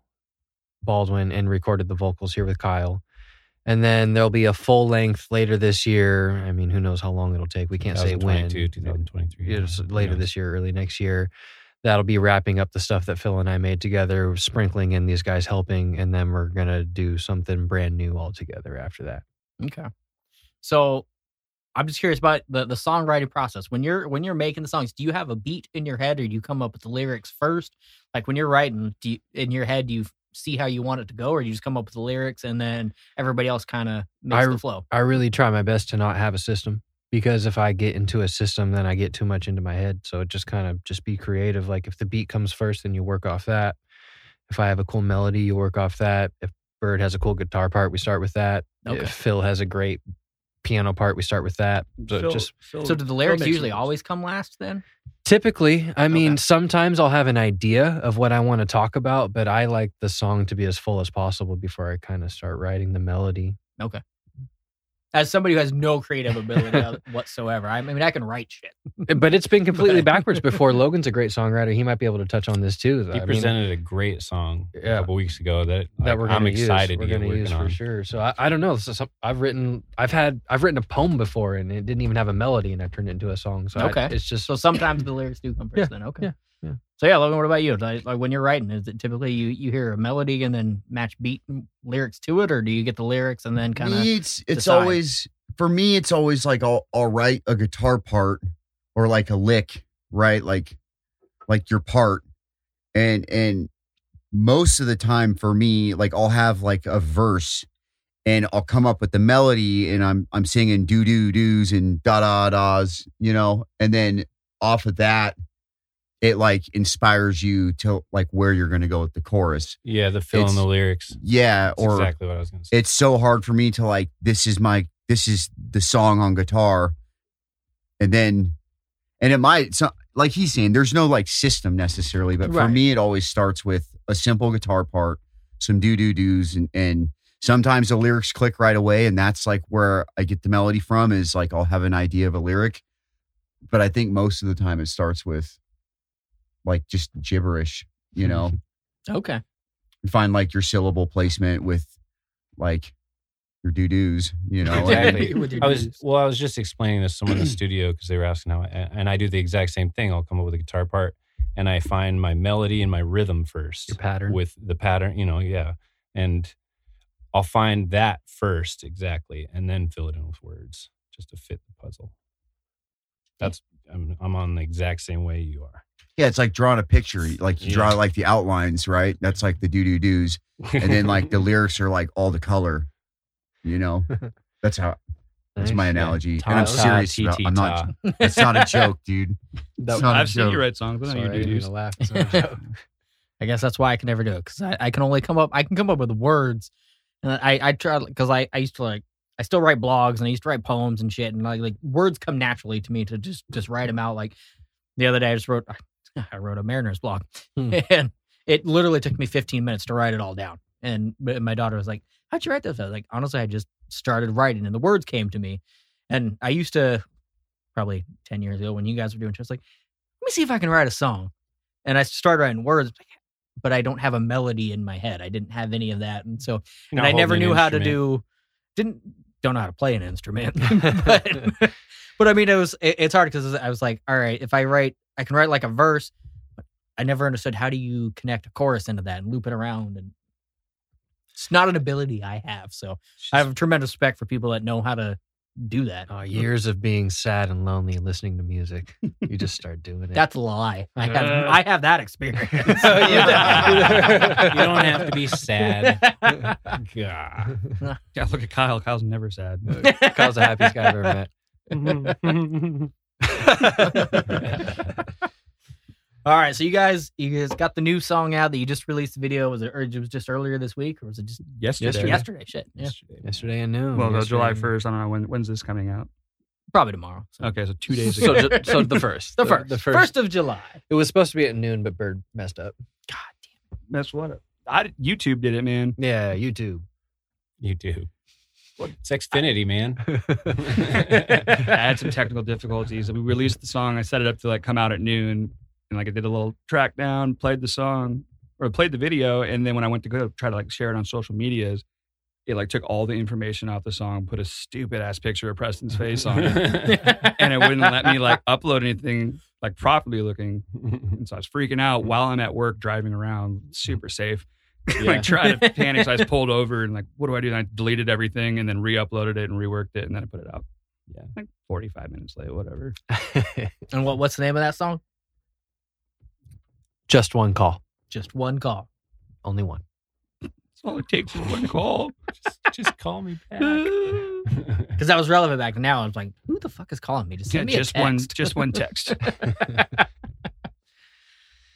[SPEAKER 4] Baldwin and recorded the vocals here with Kyle. And then there'll be a full length later this year. I mean, who knows how long it'll take? We can't say when.
[SPEAKER 2] 2022, 2023.
[SPEAKER 4] It's later
[SPEAKER 2] Yeah.
[SPEAKER 4] this year, early next year. That'll be wrapping up the stuff that Phil and I made together, sprinkling in these guys helping, and then we're gonna do something brand new altogether after that.
[SPEAKER 1] Okay. So I'm just curious about the, the songwriting process. When you're when you're making the songs, do you have a beat in your head or do you come up with the lyrics first? Like when you're writing, do you, in your head do you see how you want it to go or do you just come up with the lyrics and then everybody else kind of makes
[SPEAKER 4] I-
[SPEAKER 1] the flow?
[SPEAKER 4] I really try my best to not have a system because if I get into a system, then I get too much into my head. So it just kind of just be creative. Like if the beat comes first, then you work off that. If I have a cool melody, you work off that. If Bird has a cool guitar part, we start with that.
[SPEAKER 1] Okay.
[SPEAKER 4] If Phil has a great piano part, we start with that. So it
[SPEAKER 5] Phil-
[SPEAKER 4] just
[SPEAKER 5] Phil-
[SPEAKER 1] So do the
[SPEAKER 5] Phil
[SPEAKER 1] lyrics
[SPEAKER 5] makes
[SPEAKER 1] usually
[SPEAKER 5] it. <laughs>
[SPEAKER 1] always come last then?
[SPEAKER 4] typically, I mean,
[SPEAKER 1] Okay.
[SPEAKER 4] sometimes I'll have an idea of what I want to talk about, but I like the song to be as full as possible before I kind of start writing the melody.
[SPEAKER 1] As somebody who has no creative ability whatsoever, I mean I can write shit.
[SPEAKER 4] But it's been completely
[SPEAKER 1] But-
[SPEAKER 4] backwards before. Logan's a great songwriter. He might be able to touch on this too. I
[SPEAKER 2] He
[SPEAKER 4] mean,
[SPEAKER 2] presented a great song
[SPEAKER 4] Yeah.
[SPEAKER 2] a couple weeks ago that,
[SPEAKER 4] that
[SPEAKER 2] like,
[SPEAKER 4] we're
[SPEAKER 2] I'm
[SPEAKER 4] gonna use.
[SPEAKER 2] excited
[SPEAKER 4] We're
[SPEAKER 2] to get
[SPEAKER 4] gonna
[SPEAKER 2] working
[SPEAKER 4] use
[SPEAKER 2] on.
[SPEAKER 4] for sure. So I, I don't know. This is some, I've written. I've had. I've written a poem before, and it didn't even have a melody, and I turned it into a song. So I-
[SPEAKER 1] Okay.
[SPEAKER 4] it's just
[SPEAKER 1] So
[SPEAKER 4] <laughs>
[SPEAKER 1] sometimes the lyrics do come first
[SPEAKER 4] Yeah,
[SPEAKER 1] then. Okay.
[SPEAKER 4] yeah, yeah.
[SPEAKER 1] So yeah, Logan, what about you? Like, like when you're writing, is it typically you, you hear a melody and then match beat and lyrics to it, or do you get the lyrics and then kind of
[SPEAKER 3] me, it's it's
[SPEAKER 1] decide.
[SPEAKER 3] always for me. It's always like I'll I'll write a guitar part or like a lick, right? Like like your part, and and most of the time for me, like I'll have like a verse, and I'll come up with the melody, and I'm I'm singing do do do's and da da da's, you know, and then off of that, it like inspires you to like where you're gonna go with the chorus,
[SPEAKER 2] Yeah, the fill in
[SPEAKER 3] It's-
[SPEAKER 2] the lyrics.
[SPEAKER 3] yeah,
[SPEAKER 2] That's
[SPEAKER 3] or
[SPEAKER 2] exactly what I was going to say.
[SPEAKER 3] it's so hard for me to like this is my this is the song on guitar and then and it might so like he's saying there's no like system necessarily but for
[SPEAKER 1] Right.
[SPEAKER 3] me it always starts with a simple guitar part some doo doo doos and and sometimes the lyrics click right away and that's like where i get the melody from is like i'll have an idea of a lyric but i think most of the time it starts with like just gibberish you know
[SPEAKER 1] okay?
[SPEAKER 3] you find like your syllable placement with like your doo doos, you know. and-
[SPEAKER 2] <laughs> Exactly.
[SPEAKER 1] With your
[SPEAKER 2] I was
[SPEAKER 1] dudes.
[SPEAKER 2] well. I was just explaining this to someone
[SPEAKER 4] <clears throat>
[SPEAKER 2] in the studio because they were asking how, I, and I do the exact same thing. I'll come up with a guitar part, and I find my melody and my rhythm first
[SPEAKER 4] your pattern.
[SPEAKER 2] with the pattern. You know, yeah, and I'll find that first exactly, and then fill it in with words just to fit the puzzle. That's I'm, I'm on the exact same way you are.
[SPEAKER 3] yeah, it's like drawing a picture. Like you draw
[SPEAKER 2] Yeah.
[SPEAKER 3] like the outlines, right? That's like the doo doo doos. And then
[SPEAKER 2] <laughs>
[SPEAKER 3] like the lyrics are like all the color. You know? That's how that's my
[SPEAKER 4] Nice. Yeah.
[SPEAKER 3] analogy.
[SPEAKER 2] Ta,
[SPEAKER 3] and I'm
[SPEAKER 2] Uh, ta,
[SPEAKER 3] serious
[SPEAKER 2] ti,
[SPEAKER 3] about
[SPEAKER 2] ti,
[SPEAKER 3] I'm not
[SPEAKER 2] ta.
[SPEAKER 3] it's not
[SPEAKER 2] <laughs>
[SPEAKER 3] a joke, dude. It's not a
[SPEAKER 5] I've seen
[SPEAKER 3] joke.
[SPEAKER 5] you write songs, but I
[SPEAKER 4] Sorry,
[SPEAKER 5] know you
[SPEAKER 4] I
[SPEAKER 5] do
[SPEAKER 4] didn't mean
[SPEAKER 5] do
[SPEAKER 4] to laugh. It's not a joke.
[SPEAKER 1] I guess that's why I can never do it because I, I can only come up I can come up with words, and I I try because I I used to like I still write blogs and I used to write poems and shit and like like words come naturally to me to just just write them out. Like the other day I just wrote I wrote a Mariners blog
[SPEAKER 4] Hmm.
[SPEAKER 1] <laughs> and it literally took me 15 minutes to write it all down. And b- my daughter was like, "How'd you write this?" I was like, "Honestly, I just started writing, and the words came to me." And I used to, probably 10 years ago, when you guys were doing shows, like, "Let me see if I can write a song," and I started writing words, but I don't have a melody in my head. I didn't have any of that, and so
[SPEAKER 2] You're
[SPEAKER 1] and I
[SPEAKER 2] not
[SPEAKER 1] never
[SPEAKER 2] holding an
[SPEAKER 1] knew how to do
[SPEAKER 2] instrument.
[SPEAKER 1] didn't don't know how to play an
[SPEAKER 2] <laughs>
[SPEAKER 1] instrument. <laughs> but, but I mean, it was it, it's hard because I was like, all right, if I write, I can write like a verse. but I never understood how do you connect a chorus into that and loop it around, and it's not an ability I have. So I have tremendous respect for people that know how to do that.
[SPEAKER 4] Oh, years of being sad and lonely, listening to music, you just start doing it.
[SPEAKER 1] That's a lie. I have
[SPEAKER 4] Uh.
[SPEAKER 1] I have that
[SPEAKER 2] <laughs>
[SPEAKER 1] experience. <laughs>
[SPEAKER 2] you don't have to be <laughs> sad. God.
[SPEAKER 5] <laughs> Yeah, look at Kyle. Kyle's never sad.
[SPEAKER 1] <laughs>
[SPEAKER 4] <laughs> Kyle's the happiest guy I've ever met.
[SPEAKER 5] <laughs>
[SPEAKER 1] All right, so you guys, you guys got the new song out that you just released the video. Was it? Or it was just earlier this week, or was it just
[SPEAKER 5] Yesterday.
[SPEAKER 4] Yesterday.
[SPEAKER 1] yesterday? Shit, yeah,
[SPEAKER 4] Yesterday at noon.
[SPEAKER 5] Well, no, July
[SPEAKER 4] yesterday-
[SPEAKER 5] 1st. I don't know when, when's this coming out.
[SPEAKER 1] probably tomorrow. So.
[SPEAKER 5] Okay, so two days
[SPEAKER 4] <laughs> So,
[SPEAKER 5] ago.
[SPEAKER 4] ju- so the
[SPEAKER 1] <laughs>
[SPEAKER 4] first,
[SPEAKER 1] The first,
[SPEAKER 4] the
[SPEAKER 1] first,
[SPEAKER 4] first.
[SPEAKER 1] of July.
[SPEAKER 4] It was supposed to be at noon, but Bird messed up.
[SPEAKER 5] That's what it- I, YouTube did it, man.
[SPEAKER 4] Yeah, YouTube.
[SPEAKER 2] You do. It's Xfinity, man.
[SPEAKER 4] <laughs>
[SPEAKER 5] I had some technical difficulties. We released the song. I set it up to like come out at noon, and like I did a little track down, played the song or played the video, and then when I went to go try to like share it on social medias, it like took all the information off the song, put a stupid ass picture of Preston's face on
[SPEAKER 2] <laughs>
[SPEAKER 5] it, and it wouldn't let me like upload anything like properly looking. And so I was freaking out while I'm at work driving around, super safe. <laughs>
[SPEAKER 2] Yeah.
[SPEAKER 5] like trying to panic. So I was <laughs> pulled over and like, what do I do? And I deleted everything and then re-uploaded it and reworked it and then I put it out.
[SPEAKER 2] Yeah.
[SPEAKER 5] Like 45 minutes late, whatever.
[SPEAKER 1] And what? What's the name of that song?
[SPEAKER 4] Just one call,
[SPEAKER 1] Just one call.
[SPEAKER 4] only one.
[SPEAKER 5] That's all it takes is one <laughs> call.
[SPEAKER 2] just, just call me
[SPEAKER 4] <laughs>
[SPEAKER 2] back. <laughs>
[SPEAKER 1] Because that was relevant back now. I was like, who the fuck is calling me? Just
[SPEAKER 5] Yeah,
[SPEAKER 1] send me
[SPEAKER 5] just
[SPEAKER 1] a text.
[SPEAKER 5] one just <laughs> one text.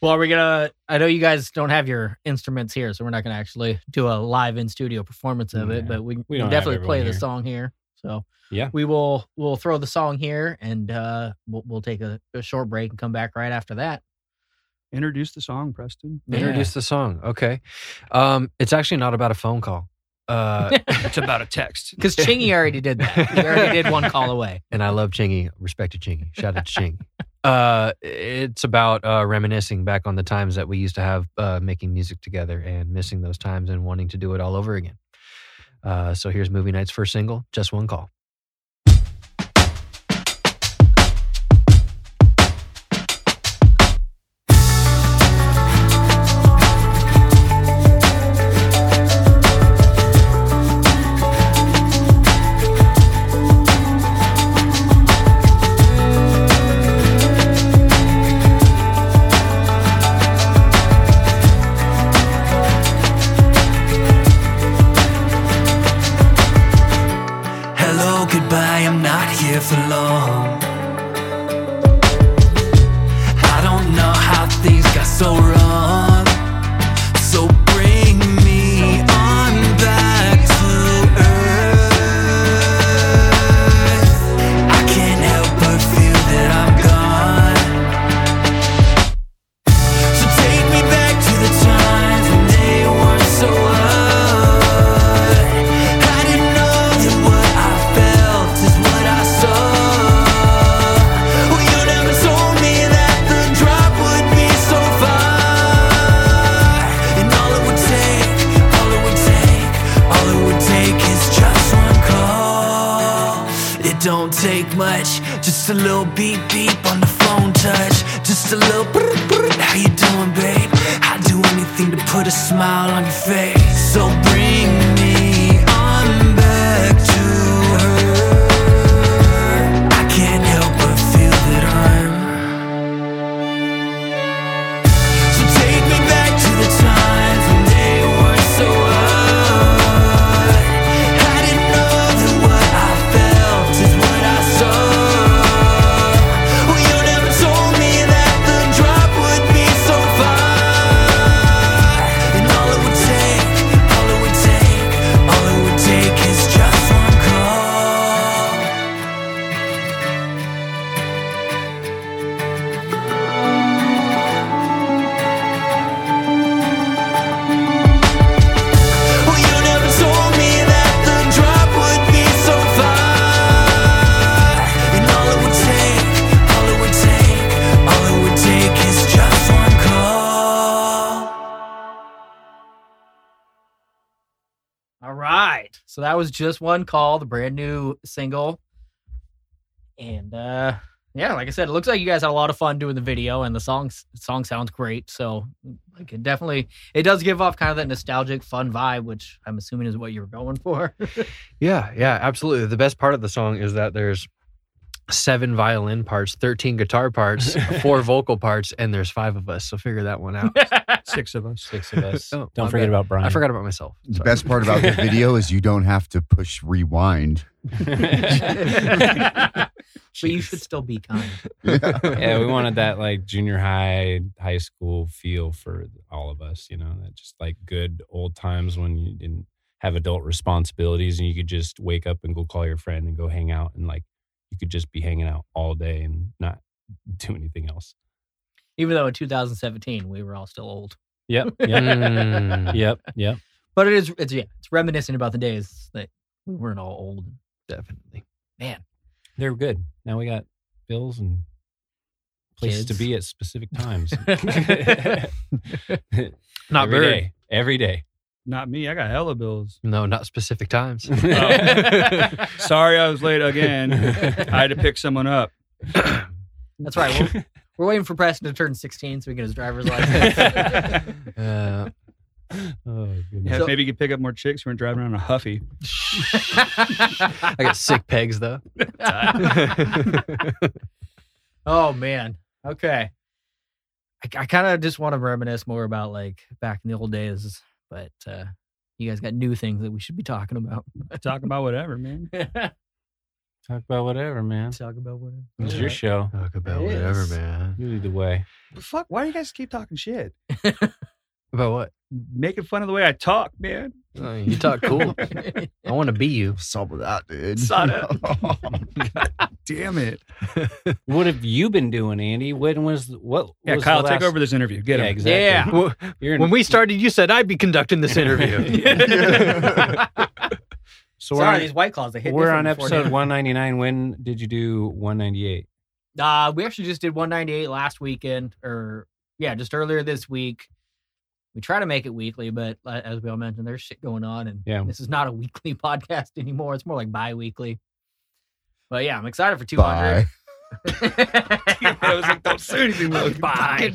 [SPEAKER 1] Well, are we gonna? I know you guys don't have your instruments here, so we're not gonna actually do a live in studio performance of it,
[SPEAKER 2] Yeah.
[SPEAKER 1] but we,
[SPEAKER 2] We
[SPEAKER 1] can
[SPEAKER 2] don't have
[SPEAKER 1] definitely
[SPEAKER 2] everyone
[SPEAKER 1] play the
[SPEAKER 2] here.
[SPEAKER 1] song here. So
[SPEAKER 2] Yeah.
[SPEAKER 1] we will we'll throw the song here, and uh, we'll, we'll take a, a short break and come back right after that.
[SPEAKER 5] Introduce the song, Preston.
[SPEAKER 4] Introduce the song. Okay. Um, it's actually not about a phone call. Uh,
[SPEAKER 5] It's about a text.
[SPEAKER 1] Because Chingy already did that. He already did one call away.
[SPEAKER 4] and I love Chingy. Respect to Chingy. Shout out to Chingy. Uh, it's about uh, reminiscing back on the times that we used to have uh, making music together and missing those times and wanting to do it all over again. Uh, so here's Movie Night's first single, Just One Call.
[SPEAKER 6] Hello, goodbye, I'm not here for long. I don't know how things got so wrong. So bring me on back to earth. I can't help but feel that I'm gone. So take me back to the times when they weren't so hard. I didn't know that what I felt is what I saw. Well, you never told me that the drop would be so far. And all it would take, all it would take, all it would take is just one call. It don't take much, just a little beep beep on the phone touch, just a little. brrrt, brrrt. How you doing, babe? I'd do anything to put a smile on your face. So bring me on back to her. I can't help but feel that I'm. So take me back to the times when they were so hard. I didn't know that what I felt is what I saw. Well, you never told me that the drop would be so far. And all it would take, all it would take,
[SPEAKER 1] All right. So that was just one call, the brand new single. And uh yeah, like I said, it looks like you guys had a lot of fun doing the video and the song song sounds great. So like it definitely it does give off kind of that nostalgic fun vibe, which I'm assuming is what you were going <laughs> for.
[SPEAKER 4] Yeah, yeah, absolutely. The best part of the song is that there's seven violin parts, 13 guitar
[SPEAKER 2] <laughs>
[SPEAKER 4] parts, four vocal parts, and there's five of us. So figure that one out.
[SPEAKER 5] Six of us.
[SPEAKER 2] Six of us.
[SPEAKER 4] Oh,
[SPEAKER 2] Don't
[SPEAKER 4] my
[SPEAKER 2] forget
[SPEAKER 4] bad.
[SPEAKER 2] about Brian.
[SPEAKER 4] I forgot about myself.
[SPEAKER 3] The
[SPEAKER 4] Sorry. <laughs>
[SPEAKER 3] best part about the video is you don't have to push rewind.
[SPEAKER 4] <laughs>
[SPEAKER 1] but you should still be kind.
[SPEAKER 2] <laughs>
[SPEAKER 3] Yeah.
[SPEAKER 2] <laughs>
[SPEAKER 3] <laughs>
[SPEAKER 2] yeah, we wanted that like junior high, high school feel for all of us, you know, that just like good old times when you didn't have adult responsibilities and you could just wake up and go call your friend and go hang out and like you could just be hanging out all day and not do anything else.
[SPEAKER 1] Even though in 2017 we were all still old.
[SPEAKER 2] <laughs> Yep. Yep.
[SPEAKER 4] Mm.
[SPEAKER 2] yep. Yep.
[SPEAKER 1] But it is it's yeah, it's reminiscent about the days that we weren't all old.
[SPEAKER 4] Definitely.
[SPEAKER 1] Man.
[SPEAKER 2] They're good. Now we got bills and places
[SPEAKER 1] Kids.
[SPEAKER 2] to be at specific <laughs> times.
[SPEAKER 4] Not
[SPEAKER 2] Every
[SPEAKER 4] bird.
[SPEAKER 2] day. Every day.
[SPEAKER 5] Not me. I got hella bills.
[SPEAKER 4] No, not
[SPEAKER 1] <laughs>
[SPEAKER 4] specific times.
[SPEAKER 5] Sorry, I was late again. <laughs> I had to pick someone up.
[SPEAKER 1] That's right. We're, we're waiting for Preston to turn 16 so we can get his driver's <laughs>
[SPEAKER 2] <laughs>
[SPEAKER 1] license.
[SPEAKER 4] Uh,
[SPEAKER 2] Oh, goodness.
[SPEAKER 5] Yeah,
[SPEAKER 1] So-
[SPEAKER 5] maybe you could pick up more chicks who weren't driving around in a huffy.
[SPEAKER 4] I got sick pegs though.
[SPEAKER 1] <laughs> oh man. Okay. I, I kind of just want to reminisce more about like back in the old days, but uh, you guys got new things that we should be talking about.
[SPEAKER 5] Talk about whatever, man.
[SPEAKER 2] Talk <laughs> about whatever, man.
[SPEAKER 1] Talk about whatever.
[SPEAKER 2] It's your show.
[SPEAKER 4] Talk about
[SPEAKER 1] It
[SPEAKER 4] whatever,
[SPEAKER 1] is.
[SPEAKER 4] man.
[SPEAKER 2] You lead the way.
[SPEAKER 5] But fuck, why do you guys keep talking shit?
[SPEAKER 4] About what?
[SPEAKER 5] Making fun of the way I talk, man.
[SPEAKER 1] Oh,
[SPEAKER 4] Uh, <laughs> you talk
[SPEAKER 1] <laughs>
[SPEAKER 4] cool. I want to be you.
[SPEAKER 3] Some of that, dude. <laughs>
[SPEAKER 5] Son of- Damn it.
[SPEAKER 2] What have you been doing, Andy? When was what?
[SPEAKER 5] Yeah,
[SPEAKER 2] was
[SPEAKER 5] Kyle,
[SPEAKER 2] the
[SPEAKER 5] take
[SPEAKER 2] last-
[SPEAKER 5] over this interview. Get
[SPEAKER 2] Yeah,
[SPEAKER 5] him.
[SPEAKER 2] exactly.
[SPEAKER 1] Yeah.
[SPEAKER 4] Well,
[SPEAKER 2] You're in,
[SPEAKER 4] when we started, you said I'd be conducting this interview.
[SPEAKER 1] <laughs>
[SPEAKER 2] so
[SPEAKER 1] Sorry,
[SPEAKER 2] we're
[SPEAKER 1] these white claws. They
[SPEAKER 2] on,
[SPEAKER 1] hit
[SPEAKER 2] we're on
[SPEAKER 1] different before
[SPEAKER 2] episode
[SPEAKER 1] dinner.
[SPEAKER 2] 199. When did you do 198?
[SPEAKER 1] Uh, we actually just did 198 last weekend, or yeah, just earlier this week. We try to make it weekly, but uh, as we all mentioned, there's shit going on, and
[SPEAKER 2] Yeah.
[SPEAKER 1] this is not a weekly <laughs> podcast anymore. It's more like bi-weekly. But yeah, I'm excited for 200.
[SPEAKER 3] Bye.
[SPEAKER 5] I was like, don't say anything. <laughs> Logan.
[SPEAKER 1] <laughs> Bye.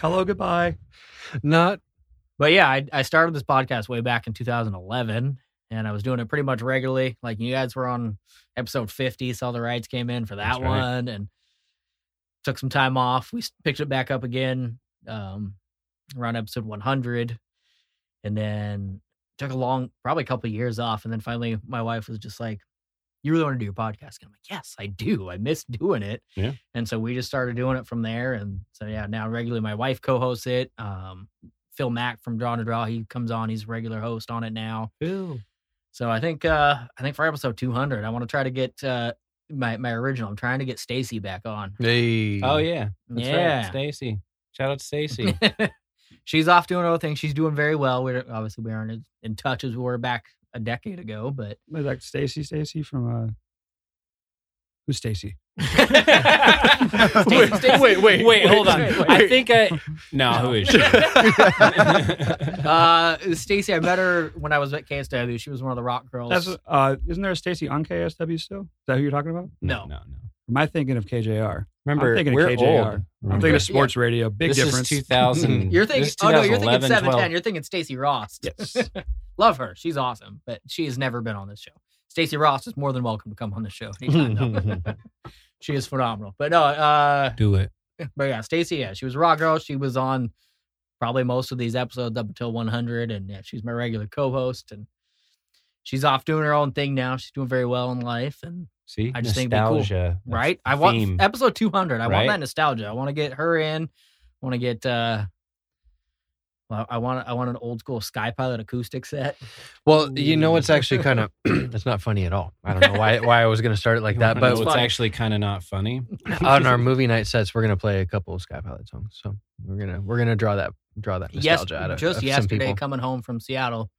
[SPEAKER 5] Hello, goodbye.
[SPEAKER 4] Not
[SPEAKER 1] But yeah, I, I started this podcast way back in 2011, and I was doing it pretty much regularly. Like you guys were on episode 50, so all the rides came in for that
[SPEAKER 2] That's right.
[SPEAKER 1] one, and took some time off. We s- picked it back up again um, around episode 100, and then took a long, probably a couple of years off, and then finally my wife was just like. You really want to do your podcast? And I'm like, yes, I do. I miss doing it.
[SPEAKER 2] Yeah.
[SPEAKER 1] And so we just started doing it from there. And so, yeah, now regularly my wife co hosts it. Um, Phil Mack from Draw to Draw. He comes on. He's a regular host on it now. So I think uh I think for episode 200, I want to try to get uh my my original. I'm trying to get Stacy back on.
[SPEAKER 4] Hey.
[SPEAKER 2] Oh yeah, that's right,
[SPEAKER 1] yeah.
[SPEAKER 2] Stacy. Shout out
[SPEAKER 1] <laughs>
[SPEAKER 2] to Stacy.
[SPEAKER 1] She's off doing her own thing. She's doing very well. We're obviously we aren't as in touch as we were back a decade ago, but
[SPEAKER 5] Was that Stacy? Stacy from uh, who's Stacy?
[SPEAKER 1] Wait, wait, wait,
[SPEAKER 2] wait, hold on.
[SPEAKER 1] wait, wait.
[SPEAKER 2] I think I. No, who is she? <laughs>
[SPEAKER 1] uh Stacy, I met her when I was at KSW. She was one of the rock girls.
[SPEAKER 5] That's uh, isn't there a Stacy on KSW still? Is that who you're talking about?
[SPEAKER 1] No.
[SPEAKER 2] no, no. no.
[SPEAKER 5] Am I thinking of KJR?
[SPEAKER 2] Remember,
[SPEAKER 5] thinking of
[SPEAKER 2] we're
[SPEAKER 5] KJR.
[SPEAKER 2] old.
[SPEAKER 5] I'm I'm
[SPEAKER 2] Remember?
[SPEAKER 5] thinking of sports radio. Big
[SPEAKER 2] this
[SPEAKER 5] difference.
[SPEAKER 2] Is
[SPEAKER 5] <laughs>
[SPEAKER 1] <laughs>
[SPEAKER 2] 2000.
[SPEAKER 1] you're thinking
[SPEAKER 2] this is
[SPEAKER 1] oh no, you're thinking
[SPEAKER 2] 2011,
[SPEAKER 1] 710.
[SPEAKER 2] 12.
[SPEAKER 1] You're thinking Stacy Ross.
[SPEAKER 5] yes.
[SPEAKER 1] love her. She's awesome, but she has never been on this show. Stacey Ross is more than welcome to come on the show anytime. though.
[SPEAKER 2] <laughs>
[SPEAKER 1] she is phenomenal. But no, uh,
[SPEAKER 2] Do it.
[SPEAKER 1] but yeah, Stacey, yeah, she was a raw girl. She was on probably most of these episodes up until 100, and yeah, she's my regular co-host, and she's off doing her own thing now. She's doing very well in life, and
[SPEAKER 2] See,
[SPEAKER 1] I just think it'd be cool.
[SPEAKER 2] nostalgia. That's
[SPEAKER 1] right,
[SPEAKER 2] the
[SPEAKER 1] I want
[SPEAKER 2] theme.
[SPEAKER 1] episode 200. I
[SPEAKER 2] Right?
[SPEAKER 1] want that nostalgia. I want to get her in. I want to get. uh well, I want I want an old school Sky Pilot acoustic set.
[SPEAKER 4] Well, you know it's actually
[SPEAKER 1] <laughs>
[SPEAKER 4] kind of <clears throat> it's not funny at all. I don't know why why I was going to start it
[SPEAKER 1] <laughs>
[SPEAKER 4] like that,
[SPEAKER 2] I know
[SPEAKER 4] but
[SPEAKER 2] it's
[SPEAKER 1] fine.
[SPEAKER 2] actually kind of
[SPEAKER 1] <laughs>
[SPEAKER 2] not funny.
[SPEAKER 4] on our movie night sets, we're going to play a couple of Sky Pilot songs. So we're gonna we're gonna draw that draw that
[SPEAKER 1] yes,
[SPEAKER 4] nostalgia out of
[SPEAKER 1] just
[SPEAKER 4] of some
[SPEAKER 1] yesterday
[SPEAKER 4] people.
[SPEAKER 1] coming home from Seattle,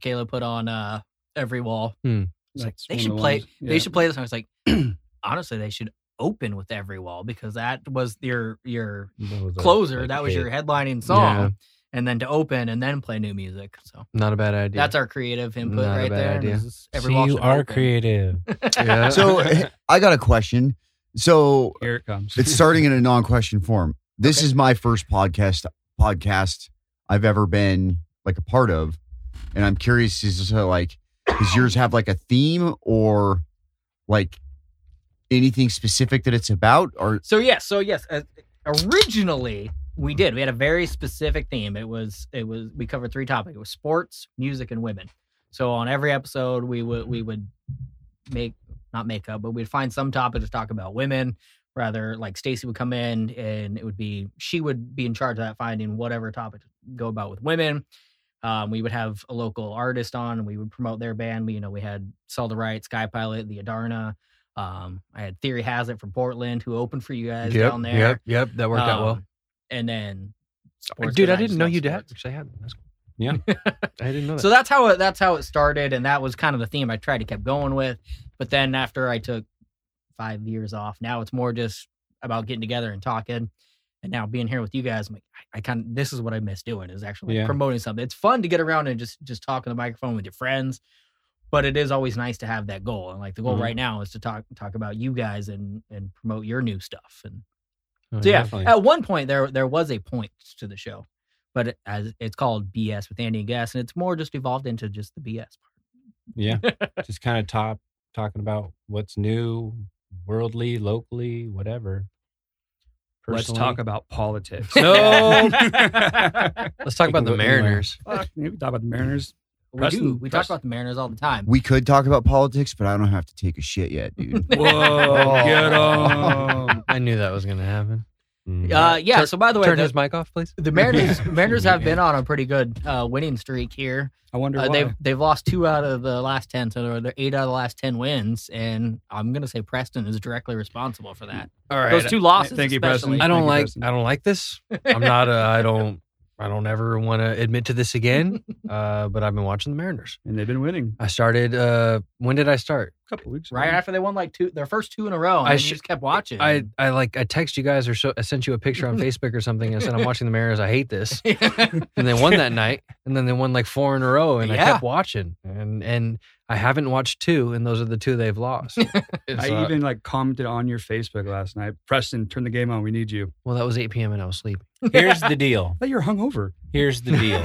[SPEAKER 1] Kayla put on uh every wall.
[SPEAKER 4] Hmm.
[SPEAKER 1] It's like,
[SPEAKER 5] That's
[SPEAKER 1] they
[SPEAKER 5] one of
[SPEAKER 1] should
[SPEAKER 5] the
[SPEAKER 1] play.
[SPEAKER 5] ones.
[SPEAKER 1] They
[SPEAKER 5] Yeah.
[SPEAKER 1] should play this. And I was like, <clears throat> honestly, they should open with every wall because that was your your
[SPEAKER 2] That was a-
[SPEAKER 1] closer.
[SPEAKER 2] like
[SPEAKER 1] that was
[SPEAKER 2] hit.
[SPEAKER 1] your headlining song.
[SPEAKER 4] Yeah.
[SPEAKER 1] and then to open and then play new music. So
[SPEAKER 4] Not a bad idea.
[SPEAKER 1] that's our creative input
[SPEAKER 4] Not a
[SPEAKER 1] right
[SPEAKER 4] bad
[SPEAKER 1] there. and
[SPEAKER 4] idea.
[SPEAKER 1] this is every
[SPEAKER 2] See,
[SPEAKER 1] Walsh
[SPEAKER 2] you
[SPEAKER 1] and
[SPEAKER 2] are
[SPEAKER 1] Open. <laughs>
[SPEAKER 2] creative. Oh,
[SPEAKER 4] Yeah. <laughs>
[SPEAKER 3] So I got a question. So
[SPEAKER 5] Here it comes. <laughs>
[SPEAKER 3] it's starting in a non-question form. This is my first podcast podcast I've ever been like a part of, and I'm curious is to like does yours have like a theme or like anything specific that it's about or
[SPEAKER 1] So yes, so yes, uh, originally we did. We had a very specific theme. It was it was we covered three topics. It was sports, music, and women. So on every episode, we would we would make not make up, but we'd find some topic to talk about women. Rather, like Stacy would come in and it would be she would be in charge of that finding whatever topic to go about with women. Um, we would have a local artist on and we would promote their band. We, you know, we had Sell the Right, Sky Pilot, the Adarna. Um, I had Theory Has It from Portland who opened for you guys
[SPEAKER 4] yep,
[SPEAKER 1] down there.
[SPEAKER 4] yep, yep. That worked out
[SPEAKER 1] Um,
[SPEAKER 4] well.
[SPEAKER 1] And then sports,
[SPEAKER 4] Dude,
[SPEAKER 1] 'cause
[SPEAKER 4] I didn't
[SPEAKER 1] just
[SPEAKER 4] know
[SPEAKER 1] love
[SPEAKER 4] you dad
[SPEAKER 1] sports.
[SPEAKER 4] actually had. That's cool.
[SPEAKER 2] Yeah.
[SPEAKER 4] <laughs> I didn't know that.
[SPEAKER 1] So that's how it that's how it started, and that was kind of the theme I tried to keep going with. But then after I took five years off, now it's more just about getting together and talking. And now being here with you guys, I'm like, I, I kind of this is what I miss doing is actually like,
[SPEAKER 2] Yeah.
[SPEAKER 1] promoting something. It's fun to get around and just just talk on the microphone with your friends, but it is always nice to have that goal. And like the goal
[SPEAKER 4] Mm-hmm.
[SPEAKER 2] Mhm.
[SPEAKER 1] right now is to talk talk about you guys and and promote your new stuff and
[SPEAKER 4] Oh,
[SPEAKER 1] so yeah,
[SPEAKER 2] Definitely.
[SPEAKER 1] at one point there there was a point to the show, but it, as it's called BS with Andy and Gas, and it's more just evolved into just the BS part. <laughs>
[SPEAKER 2] Yeah. Just kind of top talking about what's new, worldly, locally, whatever. <laughs>
[SPEAKER 5] Let's
[SPEAKER 2] Personally.
[SPEAKER 5] talk
[SPEAKER 1] <laughs>
[SPEAKER 5] about politics.
[SPEAKER 4] No.
[SPEAKER 5] Fuck,
[SPEAKER 4] Let's talk about the
[SPEAKER 2] Look in there.
[SPEAKER 4] Mariners.
[SPEAKER 5] we can talk about the Mariners.
[SPEAKER 1] We do.
[SPEAKER 5] Preston-
[SPEAKER 1] We talk
[SPEAKER 5] Preston-
[SPEAKER 1] about the Mariners all the time.
[SPEAKER 3] we could talk about politics, but I don't have to take a shit yet,
[SPEAKER 4] <laughs>
[SPEAKER 3] dude.
[SPEAKER 5] Whoa, get
[SPEAKER 2] <laughs>
[SPEAKER 5] 'em.
[SPEAKER 4] I knew that was going to <laughs> happen.
[SPEAKER 2] Mm.
[SPEAKER 1] Uh, yeah.
[SPEAKER 4] Tur-
[SPEAKER 1] so by the way,
[SPEAKER 4] Turn
[SPEAKER 1] the,
[SPEAKER 4] his mic off, please.
[SPEAKER 1] the
[SPEAKER 4] <laughs>
[SPEAKER 1] Mariners Mariners have been on a pretty good uh, winning streak here.
[SPEAKER 5] I wonder
[SPEAKER 1] Uh,
[SPEAKER 5] why.
[SPEAKER 1] they've they've lost two out of the last ten, so they're- they're eight out of the last ten wins, and I'm gonna say Preston is directly responsible for that.
[SPEAKER 4] All right.
[SPEAKER 1] Those two losses,
[SPEAKER 5] Thank you,
[SPEAKER 1] especially.
[SPEAKER 5] Preston.
[SPEAKER 4] I don't
[SPEAKER 5] Thank you,
[SPEAKER 4] like.
[SPEAKER 5] Preston.
[SPEAKER 4] I don't like this. I'm not. A, I don't. I don't ever want to admit to this <laughs> again. Uh, but I've been watching the Mariners.
[SPEAKER 5] and they've been winning
[SPEAKER 4] I started. Uh, when did I start?
[SPEAKER 5] a couple weeks. ago.
[SPEAKER 1] Right after they won like two, their first two in a row, and
[SPEAKER 4] I
[SPEAKER 1] I
[SPEAKER 4] sh-
[SPEAKER 1] just kept watching.
[SPEAKER 4] I,
[SPEAKER 1] <laughs>
[SPEAKER 4] <laughs> I like. I text you guys or so. I sent you a picture <laughs> on Facebook or something. and I said I'm watching the Mariners. I hate this. And they won that night. And then they won like four in a row. And I
[SPEAKER 1] Yeah.
[SPEAKER 4] kept watching. And and I haven't watched two. And those are the two they've <laughs> lost.
[SPEAKER 5] I
[SPEAKER 4] So,
[SPEAKER 5] even like commented on your Facebook last night. Preston, turn the game on. We need you.
[SPEAKER 4] well, that was 8 p.m. and I was sleeping.
[SPEAKER 2] Here's the deal.
[SPEAKER 5] I thought you were hungover.
[SPEAKER 2] Here's the deal.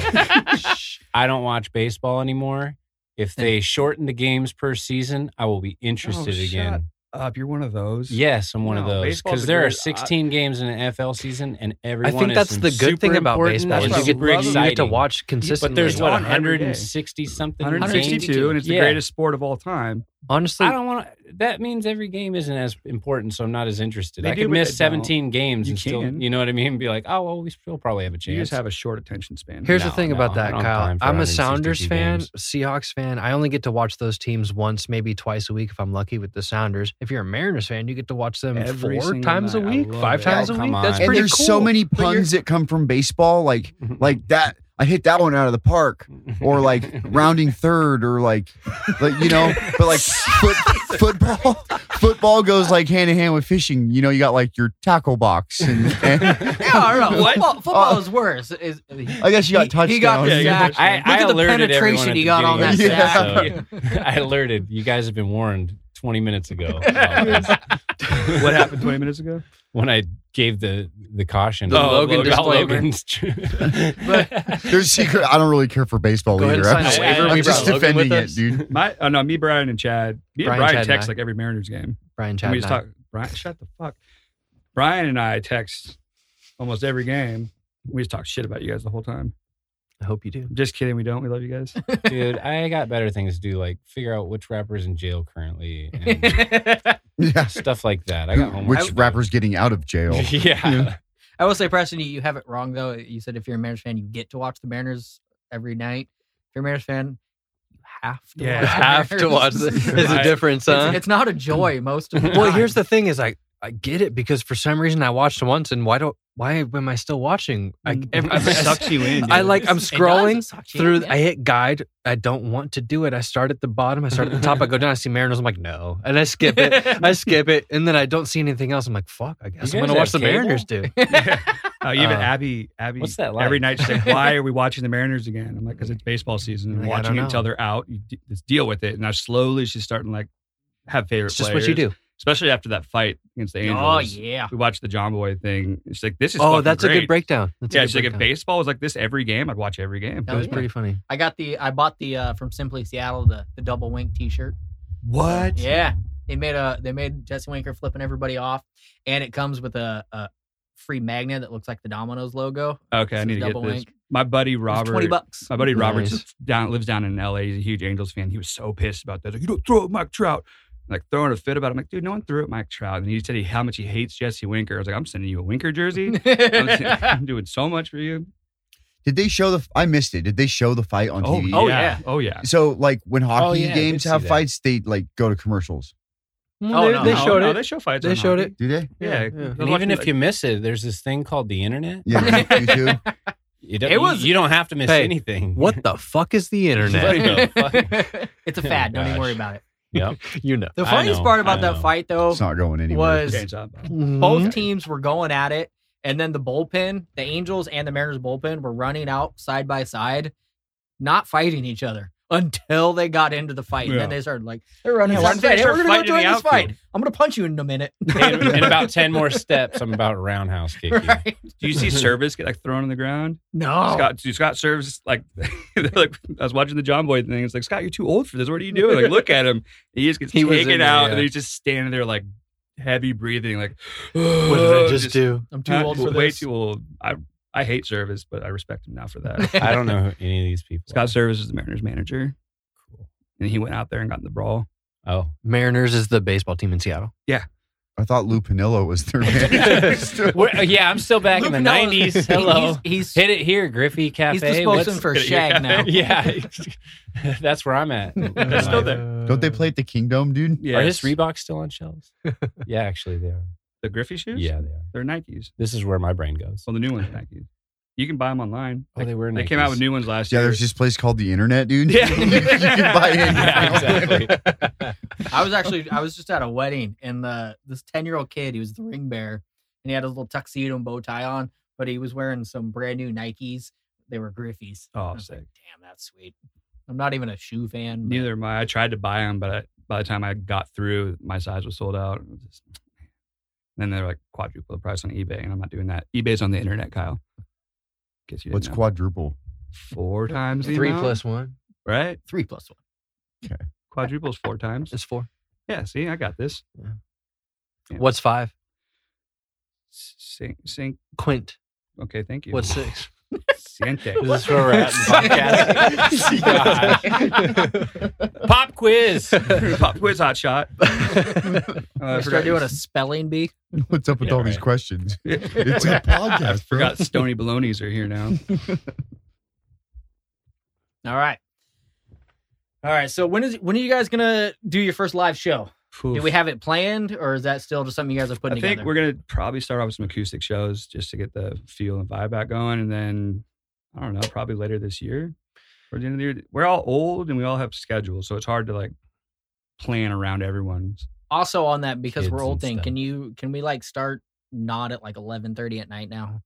[SPEAKER 2] Shh. I don't watch baseball anymore. If they shorten the games per season, I will be interested
[SPEAKER 5] Oh, shut
[SPEAKER 2] again.
[SPEAKER 5] Up, Uh, you're one of those.
[SPEAKER 2] Yes, I'm one of
[SPEAKER 5] No,
[SPEAKER 2] those
[SPEAKER 5] baseball's
[SPEAKER 2] because
[SPEAKER 5] a uh,
[SPEAKER 2] there are
[SPEAKER 5] good-
[SPEAKER 2] 16 games in an FL season, and everyone. is
[SPEAKER 4] that's the good
[SPEAKER 2] super
[SPEAKER 4] thing about
[SPEAKER 2] important
[SPEAKER 4] baseball
[SPEAKER 2] and
[SPEAKER 4] is
[SPEAKER 5] That's
[SPEAKER 4] you get,
[SPEAKER 2] super
[SPEAKER 5] what I love.
[SPEAKER 4] you get to
[SPEAKER 2] exciting.
[SPEAKER 4] watch consistently.
[SPEAKER 2] But there's what
[SPEAKER 5] on every day.
[SPEAKER 2] 160 something.
[SPEAKER 5] 162,
[SPEAKER 2] games?
[SPEAKER 5] and it's the
[SPEAKER 2] Yeah.
[SPEAKER 5] greatest sport of all time.
[SPEAKER 4] honestly
[SPEAKER 2] I don't want to. That means every game isn't as important, so I'm not as interested.
[SPEAKER 5] They
[SPEAKER 2] I
[SPEAKER 5] do,
[SPEAKER 2] could
[SPEAKER 5] but
[SPEAKER 2] miss
[SPEAKER 5] they don't.
[SPEAKER 2] 17 games
[SPEAKER 5] You
[SPEAKER 2] and still,
[SPEAKER 5] can.
[SPEAKER 2] you know what I mean? Be like, oh well, we still probably have a
[SPEAKER 5] You
[SPEAKER 2] chance.
[SPEAKER 5] just have a short attention span.
[SPEAKER 4] Here's the
[SPEAKER 2] No,
[SPEAKER 4] thing about
[SPEAKER 2] no, I
[SPEAKER 4] that,
[SPEAKER 2] don't have
[SPEAKER 4] Kyle.
[SPEAKER 2] time for
[SPEAKER 4] I'm a
[SPEAKER 2] 162
[SPEAKER 4] Sounders fan,
[SPEAKER 2] games.
[SPEAKER 4] Seahawks fan. I only get to watch those teams once, maybe twice a week if I'm lucky with the Sounders. If you're a Mariners fan, you get to watch them
[SPEAKER 5] Every
[SPEAKER 4] four
[SPEAKER 5] single
[SPEAKER 4] times a
[SPEAKER 5] night. I
[SPEAKER 4] week,
[SPEAKER 5] love
[SPEAKER 4] five
[SPEAKER 5] it.
[SPEAKER 4] times
[SPEAKER 2] Oh,
[SPEAKER 4] a
[SPEAKER 2] come
[SPEAKER 4] week. That's pretty
[SPEAKER 2] on.
[SPEAKER 3] and there's
[SPEAKER 4] cool.
[SPEAKER 2] <laughs>
[SPEAKER 3] so many
[SPEAKER 4] But you're-
[SPEAKER 3] puns that come from baseball, like like that. I hit that one out of the park. or
[SPEAKER 1] <laughs>
[SPEAKER 3] like
[SPEAKER 2] <laughs>
[SPEAKER 3] rounding third or like like you know but like foot, football football goes like hand in hand with fishing you know you got like your tackle box and, and
[SPEAKER 1] yeah, I don't know.
[SPEAKER 5] <laughs> What?
[SPEAKER 1] Football, football
[SPEAKER 3] Uh,
[SPEAKER 1] is worse. Is,
[SPEAKER 3] i guess you got touchdowns
[SPEAKER 1] He- he got
[SPEAKER 5] Yeah, Oh, you
[SPEAKER 1] sacked.
[SPEAKER 5] got touched.
[SPEAKER 2] I,
[SPEAKER 1] Look
[SPEAKER 2] I
[SPEAKER 1] at the
[SPEAKER 2] alerted everyone
[SPEAKER 1] penetration
[SPEAKER 2] at
[SPEAKER 1] he
[SPEAKER 2] the
[SPEAKER 1] got on that
[SPEAKER 2] beginning
[SPEAKER 3] sack.
[SPEAKER 2] of the <laughs> episode. I alerted. You guys have been warned 20 minutes ago.
[SPEAKER 5] <laughs>
[SPEAKER 2] about this.
[SPEAKER 5] <laughs> what happened 20
[SPEAKER 4] <laughs>
[SPEAKER 5] minutes ago?
[SPEAKER 2] when I gave the the caution?
[SPEAKER 4] The Logan
[SPEAKER 2] about
[SPEAKER 4] disclaimer.
[SPEAKER 2] Logan's-
[SPEAKER 3] there's secret i don't really care for baseball
[SPEAKER 4] Go ahead
[SPEAKER 3] either
[SPEAKER 4] and sign a
[SPEAKER 3] i'm just,
[SPEAKER 4] waiver.
[SPEAKER 3] I'm
[SPEAKER 4] We
[SPEAKER 3] just
[SPEAKER 4] brought Logan
[SPEAKER 3] defending
[SPEAKER 4] with
[SPEAKER 3] it
[SPEAKER 4] us.
[SPEAKER 3] dude
[SPEAKER 5] <laughs> My, oh no, me, Brian, and Chad. Me
[SPEAKER 4] Brian,
[SPEAKER 5] and Brian
[SPEAKER 4] Chad, and I.
[SPEAKER 5] text like every Mariners game.
[SPEAKER 4] Brian
[SPEAKER 5] And
[SPEAKER 4] Chad
[SPEAKER 5] we just talk. Brian, shut the fuck. Brian and I text almost every game. We just talk shit about you guys the whole time.
[SPEAKER 4] I hope you
[SPEAKER 5] <laughs>
[SPEAKER 4] do.
[SPEAKER 5] I'm just kidding. We don't. We love you guys.
[SPEAKER 2] <laughs> Dude, I got better things to do, like figure out which rapper's in jail currently
[SPEAKER 1] <laughs>
[SPEAKER 2] and
[SPEAKER 1] Yeah.
[SPEAKER 3] yeah
[SPEAKER 2] stuff like that. I got
[SPEAKER 3] Who-
[SPEAKER 2] homework.
[SPEAKER 3] which
[SPEAKER 2] to do.
[SPEAKER 3] rapper's getting out of
[SPEAKER 2] <laughs>
[SPEAKER 3] jail
[SPEAKER 2] yeah.
[SPEAKER 1] I will say, Preston, you, you have it wrong though. You said if you're a Mariners fan, you get to watch the Mariners every night. If you're a Mariners fan, you have to.
[SPEAKER 5] Yeah.
[SPEAKER 1] watch the
[SPEAKER 4] have to
[SPEAKER 1] Mariners.
[SPEAKER 4] watch.
[SPEAKER 1] <laughs>
[SPEAKER 4] The, there's a
[SPEAKER 5] Right.
[SPEAKER 4] difference,
[SPEAKER 1] It's-
[SPEAKER 4] huh?
[SPEAKER 1] It's, not a joy most of the time.
[SPEAKER 4] well, here's the thing: is I I get it because for some reason I watched once, and why don't why am I still watching? I,
[SPEAKER 5] <laughs>
[SPEAKER 4] every,
[SPEAKER 5] It sucks you in.
[SPEAKER 4] I
[SPEAKER 5] dude.
[SPEAKER 4] like I'm
[SPEAKER 1] It does, it
[SPEAKER 4] scrolling
[SPEAKER 1] sucks you in,
[SPEAKER 4] through
[SPEAKER 1] yeah.
[SPEAKER 4] I hit guide. I don't want to do it. I start at the bottom, I start at the top, I go down, I see Mariners, I'm like, no. And I skip it. I skip it. And then I don't see anything else. I'm like, fuck, I guess
[SPEAKER 2] You
[SPEAKER 4] I'm
[SPEAKER 2] guys
[SPEAKER 4] gonna watch the
[SPEAKER 2] have cable?
[SPEAKER 4] Mariners do.
[SPEAKER 5] <laughs> Uh, even
[SPEAKER 4] Uh,
[SPEAKER 5] Abby, Abby,
[SPEAKER 2] what's that
[SPEAKER 5] every
[SPEAKER 4] <laughs>
[SPEAKER 2] like?
[SPEAKER 5] night she's like, "Why are we watching the Mariners again?" I'm like, "Cause it's baseball season. and
[SPEAKER 4] Like, I
[SPEAKER 5] watching
[SPEAKER 4] don't
[SPEAKER 5] it
[SPEAKER 4] know.
[SPEAKER 5] until they're out. You d- just deal with it." And now slowly she's starting to like have favorite.
[SPEAKER 4] It's just
[SPEAKER 5] players,
[SPEAKER 4] what you do.
[SPEAKER 5] especially after that fight against the Angels.
[SPEAKER 1] Oh yeah.
[SPEAKER 5] We watched the John Boy thing. She's like, "This is
[SPEAKER 4] Oh,
[SPEAKER 5] fucking
[SPEAKER 4] that's a
[SPEAKER 5] great.
[SPEAKER 4] good breakdown. That's
[SPEAKER 5] yeah,
[SPEAKER 4] a good
[SPEAKER 5] she's like, if
[SPEAKER 4] breakdown.
[SPEAKER 5] baseball was like this every game, I'd watch every game.
[SPEAKER 1] That
[SPEAKER 4] That was
[SPEAKER 1] Yeah.
[SPEAKER 4] pretty funny.
[SPEAKER 1] I got the I bought the uh, from Simply Seattle the the double wink T-shirt.
[SPEAKER 5] What?
[SPEAKER 1] Yeah, they made a they made Jesse Winker flipping everybody off, and it comes with a, a free magnet that looks like the Domino's logo.
[SPEAKER 5] Okay, I
[SPEAKER 1] Says
[SPEAKER 5] need to get
[SPEAKER 1] double
[SPEAKER 5] this.
[SPEAKER 1] wink. It
[SPEAKER 5] My buddy
[SPEAKER 1] was
[SPEAKER 5] Robert.
[SPEAKER 1] Twenty bucks.
[SPEAKER 5] My buddy
[SPEAKER 1] <laughs>
[SPEAKER 5] Robert's
[SPEAKER 4] Nice.
[SPEAKER 5] down lives down in L.A. He's a huge Angels fan. He was so pissed about that. Like, you don't throw at Mike Trout. Like throwing a fit about. It. I'm like, dude, no one threw at Mike Trout. And he said he, how much he hates Jesse Winker. I was like, I'm sending you a Winker jersey. I'm,
[SPEAKER 4] <laughs>
[SPEAKER 5] s-
[SPEAKER 1] oh
[SPEAKER 5] I'm doing so much for you.
[SPEAKER 3] Did they show the? I missed it. Did they show the fight on TV?
[SPEAKER 1] oh, yeah.
[SPEAKER 5] oh yeah.
[SPEAKER 3] So like when hockey
[SPEAKER 2] yeah, I did
[SPEAKER 3] games have
[SPEAKER 2] see that.
[SPEAKER 3] fights, they like go to commercials.
[SPEAKER 1] they- no.
[SPEAKER 4] they
[SPEAKER 1] they
[SPEAKER 5] No,
[SPEAKER 4] showed
[SPEAKER 5] no,
[SPEAKER 4] it.
[SPEAKER 5] They show fights.
[SPEAKER 4] They
[SPEAKER 5] on
[SPEAKER 4] showed
[SPEAKER 5] hockey.
[SPEAKER 4] it.
[SPEAKER 5] <laughs>
[SPEAKER 3] Do they?
[SPEAKER 5] Yeah.
[SPEAKER 2] And even if you miss it, there's this thing called the internet.
[SPEAKER 3] Yeah, YouTube.
[SPEAKER 2] You don't,
[SPEAKER 1] It
[SPEAKER 2] you-
[SPEAKER 1] was-
[SPEAKER 2] you, don't have to miss
[SPEAKER 4] Hey,
[SPEAKER 2] anything.
[SPEAKER 4] What the fuck is the internet?
[SPEAKER 1] it's a
[SPEAKER 2] Oh,
[SPEAKER 1] fad. Don't even
[SPEAKER 2] gosh.
[SPEAKER 1] worry about it.
[SPEAKER 2] Yep.
[SPEAKER 4] you know.
[SPEAKER 1] The
[SPEAKER 2] I
[SPEAKER 1] funniest
[SPEAKER 2] know,
[SPEAKER 1] part
[SPEAKER 2] I
[SPEAKER 1] about that
[SPEAKER 2] know.
[SPEAKER 1] fight though
[SPEAKER 3] It's not going anywhere.
[SPEAKER 1] was
[SPEAKER 4] <laughs>
[SPEAKER 5] Change up.
[SPEAKER 1] both
[SPEAKER 2] Mm-hmm.
[SPEAKER 4] Mhm.
[SPEAKER 1] teams were going at it, and then the bullpen, the Angels and the Mariners bullpen, were running out side by side, not fighting each other <laughs> until they got into the fight. And then
[SPEAKER 5] Yeah.
[SPEAKER 1] they started like they're running
[SPEAKER 5] Yeah,
[SPEAKER 1] out.
[SPEAKER 5] once they
[SPEAKER 1] Hey,
[SPEAKER 5] start
[SPEAKER 1] we're gonna go
[SPEAKER 5] fighting in
[SPEAKER 1] join
[SPEAKER 5] the
[SPEAKER 1] this fight.
[SPEAKER 5] outfield.
[SPEAKER 1] I'm gonna punch you in a minute.
[SPEAKER 2] <laughs> in, <laughs>
[SPEAKER 1] <laughs>
[SPEAKER 2] in about 10 more steps, I'm about roundhouse kicking.
[SPEAKER 1] Right?
[SPEAKER 5] Do you see Service get like thrown on the ground?
[SPEAKER 1] No.
[SPEAKER 5] Scott, dude, Scott serves like, <laughs> they're like I was watching the John Boy thing. It's like Scott, you're too old for this. What are you doing? Like, look at him. He just gets
[SPEAKER 4] He was in
[SPEAKER 5] taken
[SPEAKER 4] there,
[SPEAKER 5] out,
[SPEAKER 4] yeah.
[SPEAKER 5] and he's just standing there like heavy breathing, like
[SPEAKER 4] What did I just, do?
[SPEAKER 1] I'm too
[SPEAKER 5] uh,
[SPEAKER 1] old for
[SPEAKER 5] way
[SPEAKER 1] this.
[SPEAKER 5] too old. I I hate Service, but I respect him now for
[SPEAKER 2] <laughs>
[SPEAKER 5] that.
[SPEAKER 2] I don't know who any of these people. are.
[SPEAKER 5] Scott Service is the Mariners manager. Cool. And he went out there and got in the brawl.
[SPEAKER 2] <laughs> Oh,
[SPEAKER 4] Mariners is the baseball team in Seattle.
[SPEAKER 3] I thought Lou Pinillo was their man.
[SPEAKER 2] We're- uh, yeah, I'm still back in
[SPEAKER 1] Luke
[SPEAKER 2] the
[SPEAKER 1] knows-
[SPEAKER 2] '90s.
[SPEAKER 1] he-
[SPEAKER 2] Hello,
[SPEAKER 1] He's, he's,
[SPEAKER 2] hit it here, Griffey Cafe.
[SPEAKER 1] he's the spokesman
[SPEAKER 2] What's-
[SPEAKER 1] for Shag now.
[SPEAKER 2] <laughs> yeah, <laughs> that's where I'm at.
[SPEAKER 5] They're still there.
[SPEAKER 3] Don't they play at the Kingdom, dude?
[SPEAKER 5] Yeah,
[SPEAKER 2] Are his Reeboks still on <laughs> shelves? yeah, actually they are.
[SPEAKER 5] the Griffey shoes.
[SPEAKER 2] Yeah, they are.
[SPEAKER 5] they're Nikes.
[SPEAKER 2] This is where my brain goes.
[SPEAKER 5] Well, the new ones are Nikes. You can buy them online.
[SPEAKER 2] Oh, they were.
[SPEAKER 5] They came out with
[SPEAKER 2] Nikes.
[SPEAKER 5] new ones last
[SPEAKER 3] Yeah,
[SPEAKER 5] year.
[SPEAKER 3] there's this place called the Internet, dude. <laughs>
[SPEAKER 5] Yeah.
[SPEAKER 3] you, you can buy in.
[SPEAKER 2] <laughs> Yeah, exactly.
[SPEAKER 1] I was actually I was just at a wedding and the this ten year old kid he was the ring bearer and he had his little tuxedo and bow tie on, but he was wearing some brand new Nikes. They were Griffies. I
[SPEAKER 5] oh,
[SPEAKER 1] was
[SPEAKER 5] sick.
[SPEAKER 1] like, damn, that's sweet. I'm not even a shoe fan. but-
[SPEAKER 5] Neither am I. I tried to buy them, but I, by the time I got through, my size was sold out. It was just- And then they're like quadruple the price on eBay, and I'm not doing that. eBay's on the internet, Kyle. Guess you didn't
[SPEAKER 3] What's
[SPEAKER 5] know.
[SPEAKER 3] quadruple? <laughs>
[SPEAKER 5] four times the
[SPEAKER 4] Three
[SPEAKER 5] amount?
[SPEAKER 4] plus one
[SPEAKER 5] right?
[SPEAKER 1] three plus one.
[SPEAKER 5] Quadruple's four times.
[SPEAKER 4] is four.
[SPEAKER 5] Yeah, see, I got this. Yeah.
[SPEAKER 4] What's five?
[SPEAKER 5] Sink, sink.
[SPEAKER 4] Quint.
[SPEAKER 5] Okay, thank you.
[SPEAKER 4] What's six?
[SPEAKER 5] Siente?
[SPEAKER 2] Is <laughs> this where we're at in <laughs> the podcast? <laughs> Gosh. Pop quiz.
[SPEAKER 5] Pop quiz hot shot.
[SPEAKER 1] <laughs>
[SPEAKER 5] Uh, I
[SPEAKER 1] I
[SPEAKER 5] forgot-
[SPEAKER 1] start doing a spelling bee.
[SPEAKER 3] What's up with
[SPEAKER 2] Yeah,
[SPEAKER 3] all these
[SPEAKER 2] right.
[SPEAKER 3] questions? It's a podcast, bro.
[SPEAKER 5] Forgot Stony Baloney's are here now.
[SPEAKER 1] All right. All right. So when is when are you guys gonna do your first live show? <laughs> Do we have it planned, or is that still just something you guys are putting
[SPEAKER 5] I
[SPEAKER 1] together?
[SPEAKER 5] think we're gonna probably start off with some acoustic shows just to get the feel and vibe back going, and then I don't know, probably later this year or the end of the year. We're all old and we all have schedules, so it's hard to like plan around everyone's.
[SPEAKER 1] also on that because we're
[SPEAKER 2] Kids
[SPEAKER 1] old
[SPEAKER 2] and
[SPEAKER 1] thing.
[SPEAKER 2] stuff.
[SPEAKER 1] Can you can we like start not at like eleven thirty at night now?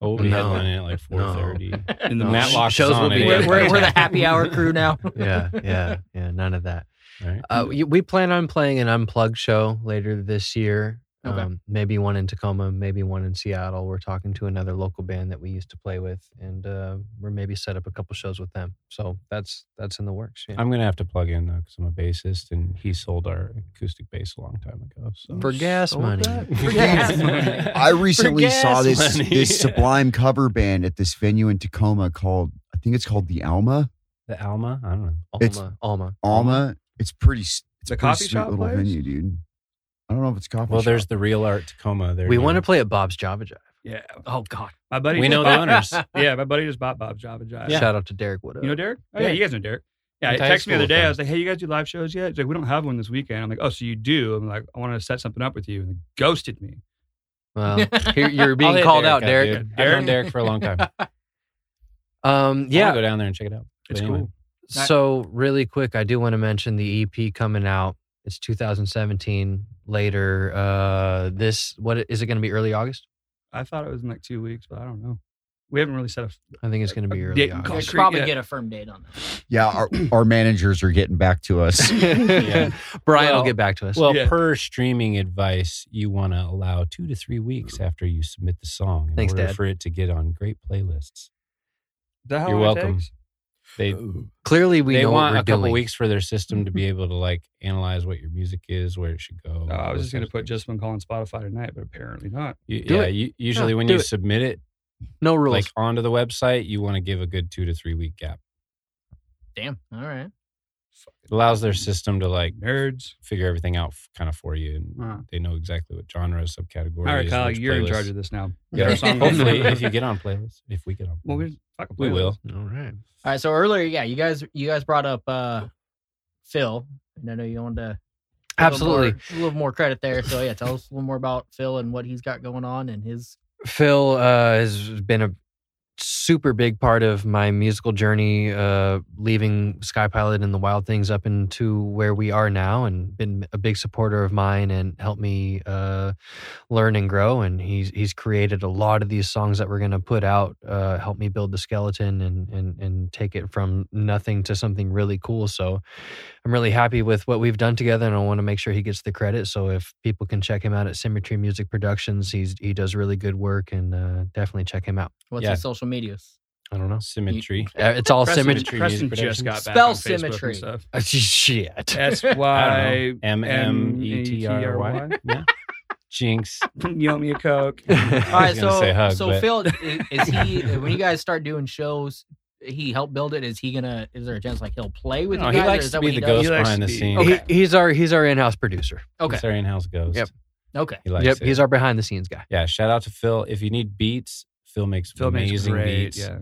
[SPEAKER 2] Oh, we'll be
[SPEAKER 4] No.
[SPEAKER 2] headlining at like
[SPEAKER 4] No.
[SPEAKER 2] 4:30.
[SPEAKER 1] <laughs>
[SPEAKER 5] In
[SPEAKER 4] No.
[SPEAKER 5] the morning.
[SPEAKER 2] Matlock's
[SPEAKER 4] Shows
[SPEAKER 2] on
[SPEAKER 4] will
[SPEAKER 2] it.
[SPEAKER 4] be-
[SPEAKER 1] we're, we're, we're the happy hour crew
[SPEAKER 5] <laughs>
[SPEAKER 1] now.
[SPEAKER 4] <laughs> Yeah,
[SPEAKER 1] <laughs>
[SPEAKER 4] yeah, yeah. None of that.
[SPEAKER 2] Right.
[SPEAKER 4] Uh, you- we plan on playing an unplugged show later this year.
[SPEAKER 1] Okay.
[SPEAKER 4] Um, maybe one in Tacoma, maybe one in Seattle. We're talking to another local band that we used to play with, and uh, we're maybe set up a couple shows with them. So that's that's in the works. Yeah.
[SPEAKER 2] I'm gonna have to plug in though, because I'm a bassist, and he sold our acoustic bass a long time ago. So <laughs>
[SPEAKER 4] For gas money.
[SPEAKER 1] For
[SPEAKER 3] <laughs>
[SPEAKER 1] gas money.
[SPEAKER 3] I recently
[SPEAKER 2] gas
[SPEAKER 3] saw this
[SPEAKER 2] money.
[SPEAKER 3] this sublime cover band at this venue in Tacoma called I think it's called the Alma.
[SPEAKER 2] the Alma. I don't know.
[SPEAKER 3] It's-
[SPEAKER 4] Alma, Alma,
[SPEAKER 3] Alma. It's pretty. s- It's
[SPEAKER 5] The
[SPEAKER 3] a pretty
[SPEAKER 5] coffee
[SPEAKER 3] sweet
[SPEAKER 5] shop
[SPEAKER 3] little
[SPEAKER 5] place?
[SPEAKER 3] venue, dude. I don't know if it's a coffee.
[SPEAKER 2] Well,
[SPEAKER 3] shop.
[SPEAKER 2] there's the Real Art Tacoma. There,
[SPEAKER 4] We want to play at Bob's Java Jive.
[SPEAKER 5] Yeah,
[SPEAKER 1] Oh God.
[SPEAKER 5] my buddy.
[SPEAKER 2] We
[SPEAKER 5] just <laughs>
[SPEAKER 2] know the
[SPEAKER 5] bought-
[SPEAKER 2] owners.
[SPEAKER 5] Yeah, my buddy just bought Bob Java Jive.
[SPEAKER 4] Shout out to Derek Wood.
[SPEAKER 5] you know Derek? Oh yeah.
[SPEAKER 2] Yeah.
[SPEAKER 5] you guys know Derek. Yeah,
[SPEAKER 2] Went to
[SPEAKER 5] he
[SPEAKER 2] high
[SPEAKER 5] texted me the
[SPEAKER 2] school
[SPEAKER 5] other
[SPEAKER 2] with
[SPEAKER 5] day. I
[SPEAKER 2] him.
[SPEAKER 5] was like, "Hey, you guys do live shows yet?" He's like, "We don't have one this weekend." I'm like, "Oh, so you do?" I'm like, "I want to set something up with you." And he ghosted me.
[SPEAKER 4] well, here, you're being
[SPEAKER 2] hit
[SPEAKER 4] called out,
[SPEAKER 2] up,
[SPEAKER 4] Derek.
[SPEAKER 2] dude. I've known Derek for a long time. I
[SPEAKER 4] Um,
[SPEAKER 2] wanna
[SPEAKER 4] yeah.
[SPEAKER 2] go down there and check it out.
[SPEAKER 5] It's
[SPEAKER 2] But anyway.
[SPEAKER 5] cool.
[SPEAKER 1] Not-
[SPEAKER 4] So really quick, I do want to mention the EP coming out. It's 2017 later. Uh, this what is it going to be? Early August.
[SPEAKER 5] I thought it was in like two weeks, but I don't know. We haven't really set a
[SPEAKER 4] I think it's going to be
[SPEAKER 5] Uh,
[SPEAKER 4] early
[SPEAKER 5] yeah,
[SPEAKER 1] We'll
[SPEAKER 5] Concrete,
[SPEAKER 1] probably
[SPEAKER 5] yeah.
[SPEAKER 1] get a firm date on that.
[SPEAKER 3] Yeah, our, our managers are getting back to us.
[SPEAKER 4] <laughs> August. Brian will
[SPEAKER 2] uh, Well-
[SPEAKER 4] get back to us.
[SPEAKER 2] Well,
[SPEAKER 5] Yeah.
[SPEAKER 2] per streaming advice, you want to allow two to three weeks after you submit the song in
[SPEAKER 4] Thanks,
[SPEAKER 2] order
[SPEAKER 4] Dad.
[SPEAKER 2] for it to get on great playlists.
[SPEAKER 5] Is that how
[SPEAKER 2] You're
[SPEAKER 5] long it
[SPEAKER 2] welcome.
[SPEAKER 5] takes?
[SPEAKER 2] They
[SPEAKER 4] Clearly, we
[SPEAKER 2] they
[SPEAKER 4] know
[SPEAKER 2] want
[SPEAKER 4] what we're
[SPEAKER 2] a couple
[SPEAKER 4] doing.
[SPEAKER 2] weeks for their system to be able to like analyze what your music is, where it should go.
[SPEAKER 5] No, Mm-hmm. Oh, Uh, I was
[SPEAKER 2] those
[SPEAKER 5] just going
[SPEAKER 2] types
[SPEAKER 5] to
[SPEAKER 2] of
[SPEAKER 5] put
[SPEAKER 2] things.
[SPEAKER 5] just when calling Spotify tonight, but apparently not.
[SPEAKER 2] You-
[SPEAKER 4] Do
[SPEAKER 2] yeah.
[SPEAKER 4] it.
[SPEAKER 2] You, usually
[SPEAKER 4] Yeah,
[SPEAKER 2] when
[SPEAKER 4] do
[SPEAKER 2] you
[SPEAKER 4] it.
[SPEAKER 2] submit it
[SPEAKER 4] No rules.
[SPEAKER 2] like onto the website, you want to give a good two to three week gap.
[SPEAKER 1] Damn. All right.
[SPEAKER 2] It allows
[SPEAKER 5] Mm-hmm.
[SPEAKER 2] their system to like
[SPEAKER 5] Nerds.
[SPEAKER 2] figure everything out kind of for you, and
[SPEAKER 5] Uh,
[SPEAKER 2] they know exactly what genre, subcategories.
[SPEAKER 5] all right, Kyle,
[SPEAKER 2] which
[SPEAKER 5] you're in
[SPEAKER 4] <laughs>
[SPEAKER 2] playlists.
[SPEAKER 5] charge of this now.
[SPEAKER 2] <laughs> Yeah,
[SPEAKER 5] Our song-
[SPEAKER 2] hopefully, if you get on playlists, if we get on,
[SPEAKER 5] well,
[SPEAKER 2] playlists.
[SPEAKER 5] we, fuck a
[SPEAKER 2] we will.
[SPEAKER 4] All right.
[SPEAKER 1] All right. So earlier, yeah, you guys, you guys brought up uh Phil, and I know you wanted to give him
[SPEAKER 4] Absolutely.
[SPEAKER 1] more- a little more credit there. So yeah, tell us a little more about Phil and what he's got going on and his.
[SPEAKER 4] Phil uh, has been a super big part of my musical journey, uh, leaving Sky Pilot and the Wild Things up into where we are now, and been a big supporter of mine and helped me uh, learn and grow. And he's he's created a lot of these songs that we're gonna put out, uh, help me build the skeleton and and and take it from nothing to something really cool. So I'm really happy with what we've done together, and I want to make sure he gets the credit. So if people can check him out at Symmetry Music Productions, he's he does really good work, and uh, definitely check him out.
[SPEAKER 1] What's
[SPEAKER 2] Yeah.
[SPEAKER 1] his social medias?
[SPEAKER 4] I don't know.
[SPEAKER 2] Symmetry.
[SPEAKER 4] Uh, It's all
[SPEAKER 5] Preston,
[SPEAKER 4] symmetry. <laughs>
[SPEAKER 2] Symmetry
[SPEAKER 5] Preston
[SPEAKER 2] Music
[SPEAKER 5] just got back
[SPEAKER 1] Spell
[SPEAKER 5] on Facebook
[SPEAKER 1] symmetry.
[SPEAKER 5] and stuff.
[SPEAKER 4] Shit.
[SPEAKER 5] S Y
[SPEAKER 2] M M E T R Y.
[SPEAKER 5] M-E-T-R-Y.
[SPEAKER 2] Yeah. Jinx. <laughs>
[SPEAKER 5] You owe me a coke.
[SPEAKER 1] All right.
[SPEAKER 2] was gonna
[SPEAKER 1] So
[SPEAKER 2] say hug,
[SPEAKER 1] so
[SPEAKER 2] Uh, but-
[SPEAKER 1] Phil
[SPEAKER 2] <laughs>
[SPEAKER 1] i- is he when you guys start doing shows? He helped build it. Is he gonna? Is there a chance like he'll play with you
[SPEAKER 2] No, Oh, he
[SPEAKER 1] guys? or
[SPEAKER 2] likes
[SPEAKER 1] is
[SPEAKER 2] to
[SPEAKER 1] that
[SPEAKER 2] be
[SPEAKER 1] what he
[SPEAKER 2] the
[SPEAKER 1] does?
[SPEAKER 2] ghost
[SPEAKER 5] He likes
[SPEAKER 2] behind
[SPEAKER 5] to
[SPEAKER 2] the
[SPEAKER 5] be-
[SPEAKER 2] scenes.
[SPEAKER 1] Okay.
[SPEAKER 4] He, he's our he's our in-house producer.
[SPEAKER 1] Okay.
[SPEAKER 2] He's our in-house ghost.
[SPEAKER 4] Yep.
[SPEAKER 1] Okay.
[SPEAKER 2] He likes
[SPEAKER 4] yep,
[SPEAKER 2] it.
[SPEAKER 4] he's our behind the scenes guy.
[SPEAKER 2] yeah. Shout out to Phil. If you need beats, Phil makes
[SPEAKER 5] Phil makes
[SPEAKER 2] amazing
[SPEAKER 5] great.
[SPEAKER 2] beats.
[SPEAKER 5] Yeah.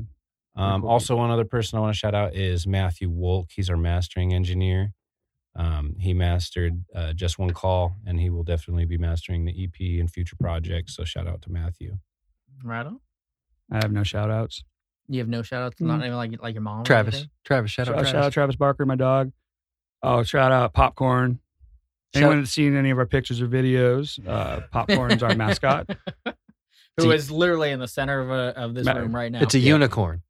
[SPEAKER 2] Um,
[SPEAKER 5] Cool
[SPEAKER 2] also, one other person I want to shout out is Matthew Wolk. He's our mastering engineer. Um, he mastered uh, just one call, and he will definitely be mastering the EP and future projects. So shout out to Matthew.
[SPEAKER 1] Right on.
[SPEAKER 5] I have no shout outs.
[SPEAKER 1] You have no shout outs. Not
[SPEAKER 2] Mm.
[SPEAKER 1] even like like your mom. or
[SPEAKER 4] Travis.
[SPEAKER 1] anything?
[SPEAKER 4] Travis, shout out
[SPEAKER 5] Oh, Shout,
[SPEAKER 4] Travis.
[SPEAKER 5] shout out Travis Barker, my dog. Oh, shout out Popcorn.
[SPEAKER 4] Shout-
[SPEAKER 5] Anyone that's seen any of our pictures or videos, uh,
[SPEAKER 4] <laughs>
[SPEAKER 5] Popcorn's our mascot.
[SPEAKER 1] <laughs> Who is literally in the center of a, of this
[SPEAKER 5] Ma-
[SPEAKER 1] room right now.
[SPEAKER 4] It's a
[SPEAKER 2] Yeah.
[SPEAKER 4] unicorn.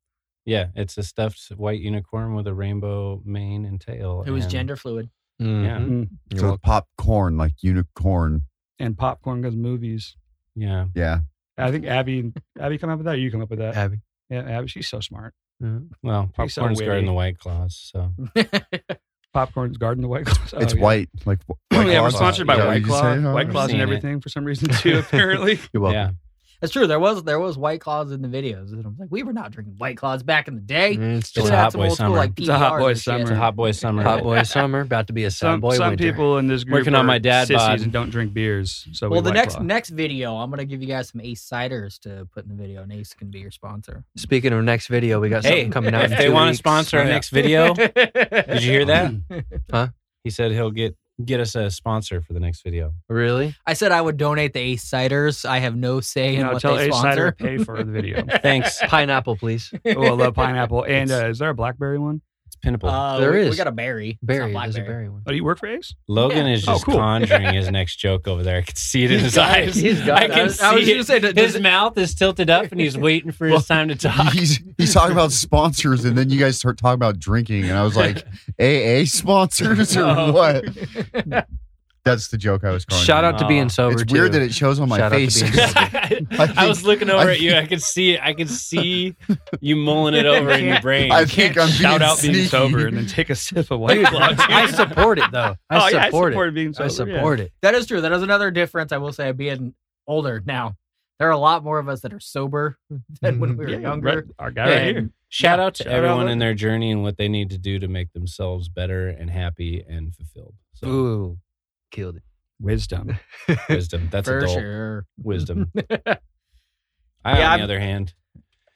[SPEAKER 2] Yeah, it's a stuffed white unicorn with a rainbow mane and tail.
[SPEAKER 1] who is
[SPEAKER 2] and-
[SPEAKER 1] gender fluid.
[SPEAKER 4] Mhm.
[SPEAKER 5] Mm.
[SPEAKER 4] You're
[SPEAKER 3] so
[SPEAKER 4] welcome.
[SPEAKER 3] popcorn, like unicorn.
[SPEAKER 5] And Popcorn goes movies.
[SPEAKER 2] Yeah,
[SPEAKER 3] Yeah.
[SPEAKER 5] I think Abby, Abby come up with that. Or you come up with that.
[SPEAKER 4] Abby.
[SPEAKER 5] Yeah, Abby, she's so smart.
[SPEAKER 2] well,
[SPEAKER 5] He's so
[SPEAKER 2] popcorn's guarding
[SPEAKER 5] witty.
[SPEAKER 2] the white claws. So
[SPEAKER 5] Popcorn's guarding the White Claws. Oh,
[SPEAKER 3] it's
[SPEAKER 5] yeah. <clears throat>
[SPEAKER 3] white. Like
[SPEAKER 5] yeah, we're
[SPEAKER 2] Claws.
[SPEAKER 5] sponsored by
[SPEAKER 2] Yeah,
[SPEAKER 5] White
[SPEAKER 2] you
[SPEAKER 5] Claw, White
[SPEAKER 2] I've
[SPEAKER 5] Claws
[SPEAKER 2] seen
[SPEAKER 5] and
[SPEAKER 2] it.
[SPEAKER 5] everything for some reason too. Apparently,
[SPEAKER 3] You're welcome.
[SPEAKER 2] yeah,
[SPEAKER 1] That's true. There was there was white claws in the videos, and I'm like, we were not drinking white claws back in the day.
[SPEAKER 4] Mm,
[SPEAKER 5] <laughs>
[SPEAKER 4] it's
[SPEAKER 2] It's
[SPEAKER 1] Just
[SPEAKER 2] a
[SPEAKER 1] had
[SPEAKER 2] hot
[SPEAKER 1] some
[SPEAKER 2] boy
[SPEAKER 1] old school,
[SPEAKER 2] summer.
[SPEAKER 1] like,
[SPEAKER 5] It's a hot
[SPEAKER 1] PBRs
[SPEAKER 5] boy
[SPEAKER 1] and shit.
[SPEAKER 5] summer.
[SPEAKER 2] it's a hot boy summer.
[SPEAKER 4] hot boy summer, about to be a sad
[SPEAKER 5] some,
[SPEAKER 4] boy
[SPEAKER 5] some
[SPEAKER 4] winter.
[SPEAKER 5] people in this group
[SPEAKER 2] Working on
[SPEAKER 5] are
[SPEAKER 2] my dad
[SPEAKER 5] sissies
[SPEAKER 2] bod.
[SPEAKER 5] and don't drink beers. So
[SPEAKER 1] Well,
[SPEAKER 5] we
[SPEAKER 1] the
[SPEAKER 5] White
[SPEAKER 1] next
[SPEAKER 5] Claw.
[SPEAKER 1] next video, I'm gonna give you guys some Ace ciders to put in the video, and Ace can be your sponsor.
[SPEAKER 4] Speaking of next video, we got something
[SPEAKER 2] Hey,
[SPEAKER 4] coming out.
[SPEAKER 2] if
[SPEAKER 4] in
[SPEAKER 2] they
[SPEAKER 4] two
[SPEAKER 2] want to
[SPEAKER 4] weeks.
[SPEAKER 2] sponsor our
[SPEAKER 5] Yeah.
[SPEAKER 1] <laughs>
[SPEAKER 2] next video, did you hear that?
[SPEAKER 4] Huh?
[SPEAKER 2] He said he'll get get us a sponsor for the next video.
[SPEAKER 4] really?
[SPEAKER 1] I said I would donate the Ace ciders. I have no say in
[SPEAKER 5] Now
[SPEAKER 1] what
[SPEAKER 5] tell
[SPEAKER 1] they
[SPEAKER 5] Ace Cider
[SPEAKER 1] sponsor.
[SPEAKER 5] to pay for
[SPEAKER 1] <laughs>
[SPEAKER 5] the video.
[SPEAKER 4] <laughs>
[SPEAKER 2] Thanks.
[SPEAKER 4] Pineapple, please.
[SPEAKER 5] oh, I love pineapple. And uh, is there a blackberry one?
[SPEAKER 2] It's Pinnacle.
[SPEAKER 1] Uh,
[SPEAKER 4] There
[SPEAKER 1] we, we
[SPEAKER 4] is.
[SPEAKER 1] got a berry. It's not
[SPEAKER 4] Berry. There's a
[SPEAKER 1] blackberry.
[SPEAKER 4] berry one.
[SPEAKER 5] Oh, do you work for Ace?
[SPEAKER 2] Logan
[SPEAKER 1] yeah.
[SPEAKER 2] is
[SPEAKER 5] Oh,
[SPEAKER 2] just
[SPEAKER 5] cool.
[SPEAKER 2] conjuring his next joke over there. I can see it in his
[SPEAKER 1] got it. <laughs>
[SPEAKER 2] eyes.
[SPEAKER 1] He's got
[SPEAKER 2] I
[SPEAKER 1] it.
[SPEAKER 2] can
[SPEAKER 1] I was-
[SPEAKER 2] see
[SPEAKER 1] I was
[SPEAKER 2] it.
[SPEAKER 1] gonna say that-
[SPEAKER 2] <laughs> his
[SPEAKER 1] does-
[SPEAKER 2] mouth is tilted up and he's waiting for his time to
[SPEAKER 3] <laughs>
[SPEAKER 2] talk.
[SPEAKER 3] He's he's talking about sponsors, and then you guys start talking about drinking, and I was like, "AA sponsors or
[SPEAKER 5] No.
[SPEAKER 3] what?" That's the joke I was calling.
[SPEAKER 4] Shout out to
[SPEAKER 2] Aw.
[SPEAKER 4] being sober.
[SPEAKER 3] It's weird
[SPEAKER 4] too.
[SPEAKER 3] that it shows on my
[SPEAKER 4] Shout out to
[SPEAKER 3] face.
[SPEAKER 4] being sober.
[SPEAKER 2] <laughs> I, was looking over
[SPEAKER 3] I
[SPEAKER 2] at you. I could see it. I could see you mulling it over in your
[SPEAKER 3] <laughs>
[SPEAKER 2] brain.
[SPEAKER 3] I think I'm
[SPEAKER 5] Shout
[SPEAKER 3] being
[SPEAKER 5] out being
[SPEAKER 3] sneaky.
[SPEAKER 5] sober and then take a sip of White
[SPEAKER 4] Dude,
[SPEAKER 1] <laughs>
[SPEAKER 5] Claw. dude.
[SPEAKER 4] I support it though. I
[SPEAKER 5] oh, yeah, I
[SPEAKER 4] support
[SPEAKER 5] support
[SPEAKER 4] it.
[SPEAKER 5] being sober.
[SPEAKER 4] I
[SPEAKER 5] yeah.
[SPEAKER 4] support it.
[SPEAKER 1] That is true. That is another difference. I will say, being older now, there are a lot more of us that are sober <laughs> than when we were
[SPEAKER 5] Yeah,
[SPEAKER 1] younger.
[SPEAKER 5] right- our guy right
[SPEAKER 1] And-
[SPEAKER 5] here.
[SPEAKER 2] Shout out to
[SPEAKER 5] Shout out
[SPEAKER 2] everyone
[SPEAKER 5] Logan.
[SPEAKER 2] in their journey and what they need to do to make themselves better and happy and fulfilled.
[SPEAKER 1] <laughs>
[SPEAKER 2] So
[SPEAKER 4] Ooh, killed it.
[SPEAKER 5] Wisdom.
[SPEAKER 2] wisdom. That's
[SPEAKER 1] for
[SPEAKER 2] adult
[SPEAKER 1] sure.
[SPEAKER 2] wisdom.
[SPEAKER 1] <laughs> All
[SPEAKER 2] I,
[SPEAKER 1] Yeah,
[SPEAKER 2] on
[SPEAKER 1] I'm-
[SPEAKER 2] the other hand,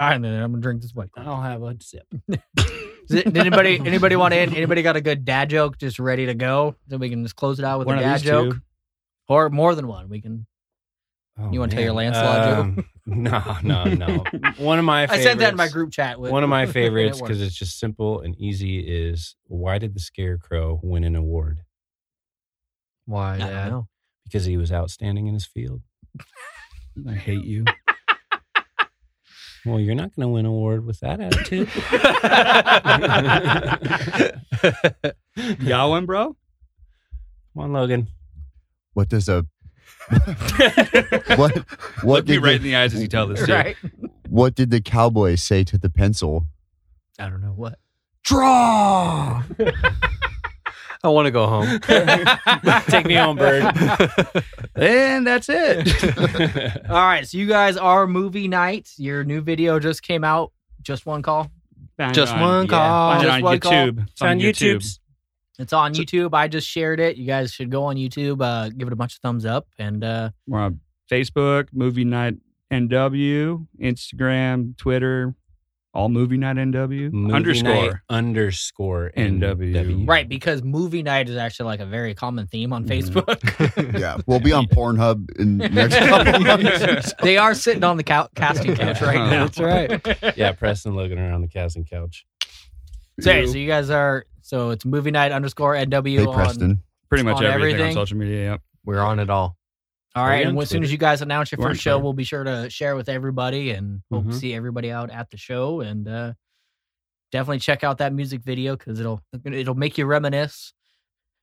[SPEAKER 1] right, then I'm gonna drink this white.
[SPEAKER 2] I'll have a sip.
[SPEAKER 1] Does it- did anybody anybody want in? <laughs> Anybody got a good dad joke just ready to go? Then we can just close it out with
[SPEAKER 5] One
[SPEAKER 1] a
[SPEAKER 5] of
[SPEAKER 1] dad
[SPEAKER 5] these
[SPEAKER 1] joke,
[SPEAKER 5] two.
[SPEAKER 1] or more than one. We can. You wanna tell your Lancelot
[SPEAKER 2] oh, Um, no,
[SPEAKER 1] <laughs>
[SPEAKER 2] no, no. One of my
[SPEAKER 1] I
[SPEAKER 2] favorites,
[SPEAKER 1] sent that in my group chat. With,
[SPEAKER 2] One of my
[SPEAKER 1] and <laughs> it
[SPEAKER 2] favorites because
[SPEAKER 1] worked.
[SPEAKER 2] it's just simple and easy is why did the scarecrow win an award?
[SPEAKER 4] Why,
[SPEAKER 1] I don't
[SPEAKER 4] Dad?
[SPEAKER 1] know.
[SPEAKER 2] Because he was outstanding in his field.
[SPEAKER 5] I hate you.
[SPEAKER 2] Well, you're not going to win an award with
[SPEAKER 1] <laughs>
[SPEAKER 2] that attitude. <laughs>
[SPEAKER 5] Y'all one, bro?
[SPEAKER 2] Come on, Logan.
[SPEAKER 3] What does a what what
[SPEAKER 5] Look me
[SPEAKER 3] did
[SPEAKER 5] right in
[SPEAKER 3] the,
[SPEAKER 5] the eyes as you tell this. dude.
[SPEAKER 1] right?
[SPEAKER 3] what did the Cowboys say to the pencil?
[SPEAKER 1] I don't know what.
[SPEAKER 3] Draw.
[SPEAKER 4] I want to
[SPEAKER 1] <laughs>
[SPEAKER 4] go home.
[SPEAKER 2] <laughs> Take me home, bird.
[SPEAKER 5] And that's it. <laughs>
[SPEAKER 1] All right, so you guys are movie night. Your new video just came out. Just one call.
[SPEAKER 5] Find
[SPEAKER 4] Just
[SPEAKER 5] it on-
[SPEAKER 4] one
[SPEAKER 5] yeah,
[SPEAKER 4] call.
[SPEAKER 5] Find it
[SPEAKER 1] Just
[SPEAKER 5] on
[SPEAKER 1] one call.
[SPEAKER 5] YouTube. It's on YouTube.
[SPEAKER 1] It's on YouTube. I just shared it. You guys should go on YouTube. Uh, give it a bunch of thumbs up and uh,
[SPEAKER 5] We're on Facebook, Movie Night NW, Instagram, Twitter, all Movie Night NW.
[SPEAKER 2] Movie
[SPEAKER 5] underscore.
[SPEAKER 2] night underscore
[SPEAKER 5] NW.
[SPEAKER 2] NW.
[SPEAKER 1] right because movie night is actually like a very common theme on
[SPEAKER 5] Mhm.
[SPEAKER 2] Mm-hmm.
[SPEAKER 1] Facebook.
[SPEAKER 2] <laughs>
[SPEAKER 3] Yeah, we'll be on Pornhub in
[SPEAKER 1] <laughs>
[SPEAKER 3] the next couple months.
[SPEAKER 1] they are sitting on the cou- casting couch right
[SPEAKER 2] Uh-huh.
[SPEAKER 1] now.
[SPEAKER 5] That's
[SPEAKER 1] right.
[SPEAKER 2] <laughs> Yeah, Preston and Logan are on the casting couch.
[SPEAKER 1] So, yeah, so you guys are so it's movie night underscore NW
[SPEAKER 3] Hey,
[SPEAKER 1] on.
[SPEAKER 3] Preston.
[SPEAKER 5] Pretty much
[SPEAKER 1] on
[SPEAKER 5] everything,
[SPEAKER 1] everything.
[SPEAKER 5] on social media. Yep.
[SPEAKER 4] We're on it all.
[SPEAKER 1] All
[SPEAKER 2] Are we
[SPEAKER 1] right,
[SPEAKER 2] on
[SPEAKER 1] and as soon as
[SPEAKER 2] Twitter?
[SPEAKER 1] you guys announce your
[SPEAKER 5] We're Mm-hmm. on
[SPEAKER 1] first show,
[SPEAKER 5] Twitter.
[SPEAKER 1] we'll be sure to share with everybody and hope
[SPEAKER 4] Mhm.
[SPEAKER 1] to see everybody out at the show and uh, definitely check out that music video because it'll it'll make you reminisce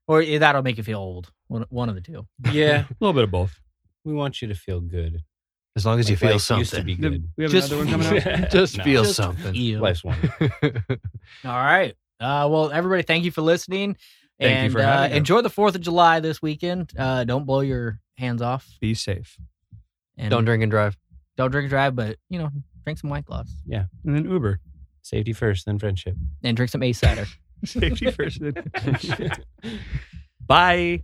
[SPEAKER 1] or i- that'll make you feel old. One, one of the two.
[SPEAKER 2] <laughs> Yeah,
[SPEAKER 5] A little bit of both.
[SPEAKER 2] we want you to feel good.
[SPEAKER 4] As long as you
[SPEAKER 2] Like
[SPEAKER 4] feel
[SPEAKER 2] life Used to
[SPEAKER 4] something.
[SPEAKER 2] be
[SPEAKER 5] Did
[SPEAKER 2] good.
[SPEAKER 5] We have
[SPEAKER 1] Just-
[SPEAKER 5] another one
[SPEAKER 4] <laughs>
[SPEAKER 5] coming out.
[SPEAKER 4] Just
[SPEAKER 2] <laughs> No.
[SPEAKER 4] feel
[SPEAKER 1] Just
[SPEAKER 4] something.
[SPEAKER 1] Ew.
[SPEAKER 2] Life's one.
[SPEAKER 1] All right. Uh, well, everybody, thank you for listening.
[SPEAKER 5] Thank you
[SPEAKER 1] and
[SPEAKER 5] for
[SPEAKER 1] uh,
[SPEAKER 5] having us.
[SPEAKER 1] enjoy the Fourth of July this weekend. Uh, don't blow your hands off.
[SPEAKER 5] Be safe.
[SPEAKER 1] And
[SPEAKER 4] <laughs> Don't drink and drive.
[SPEAKER 1] don't drink and drive, but you know, drink some white claws
[SPEAKER 5] And then Uber.
[SPEAKER 2] Safety first, then friendship.
[SPEAKER 1] and drink some ace cider.
[SPEAKER 5] Safety first. Bye.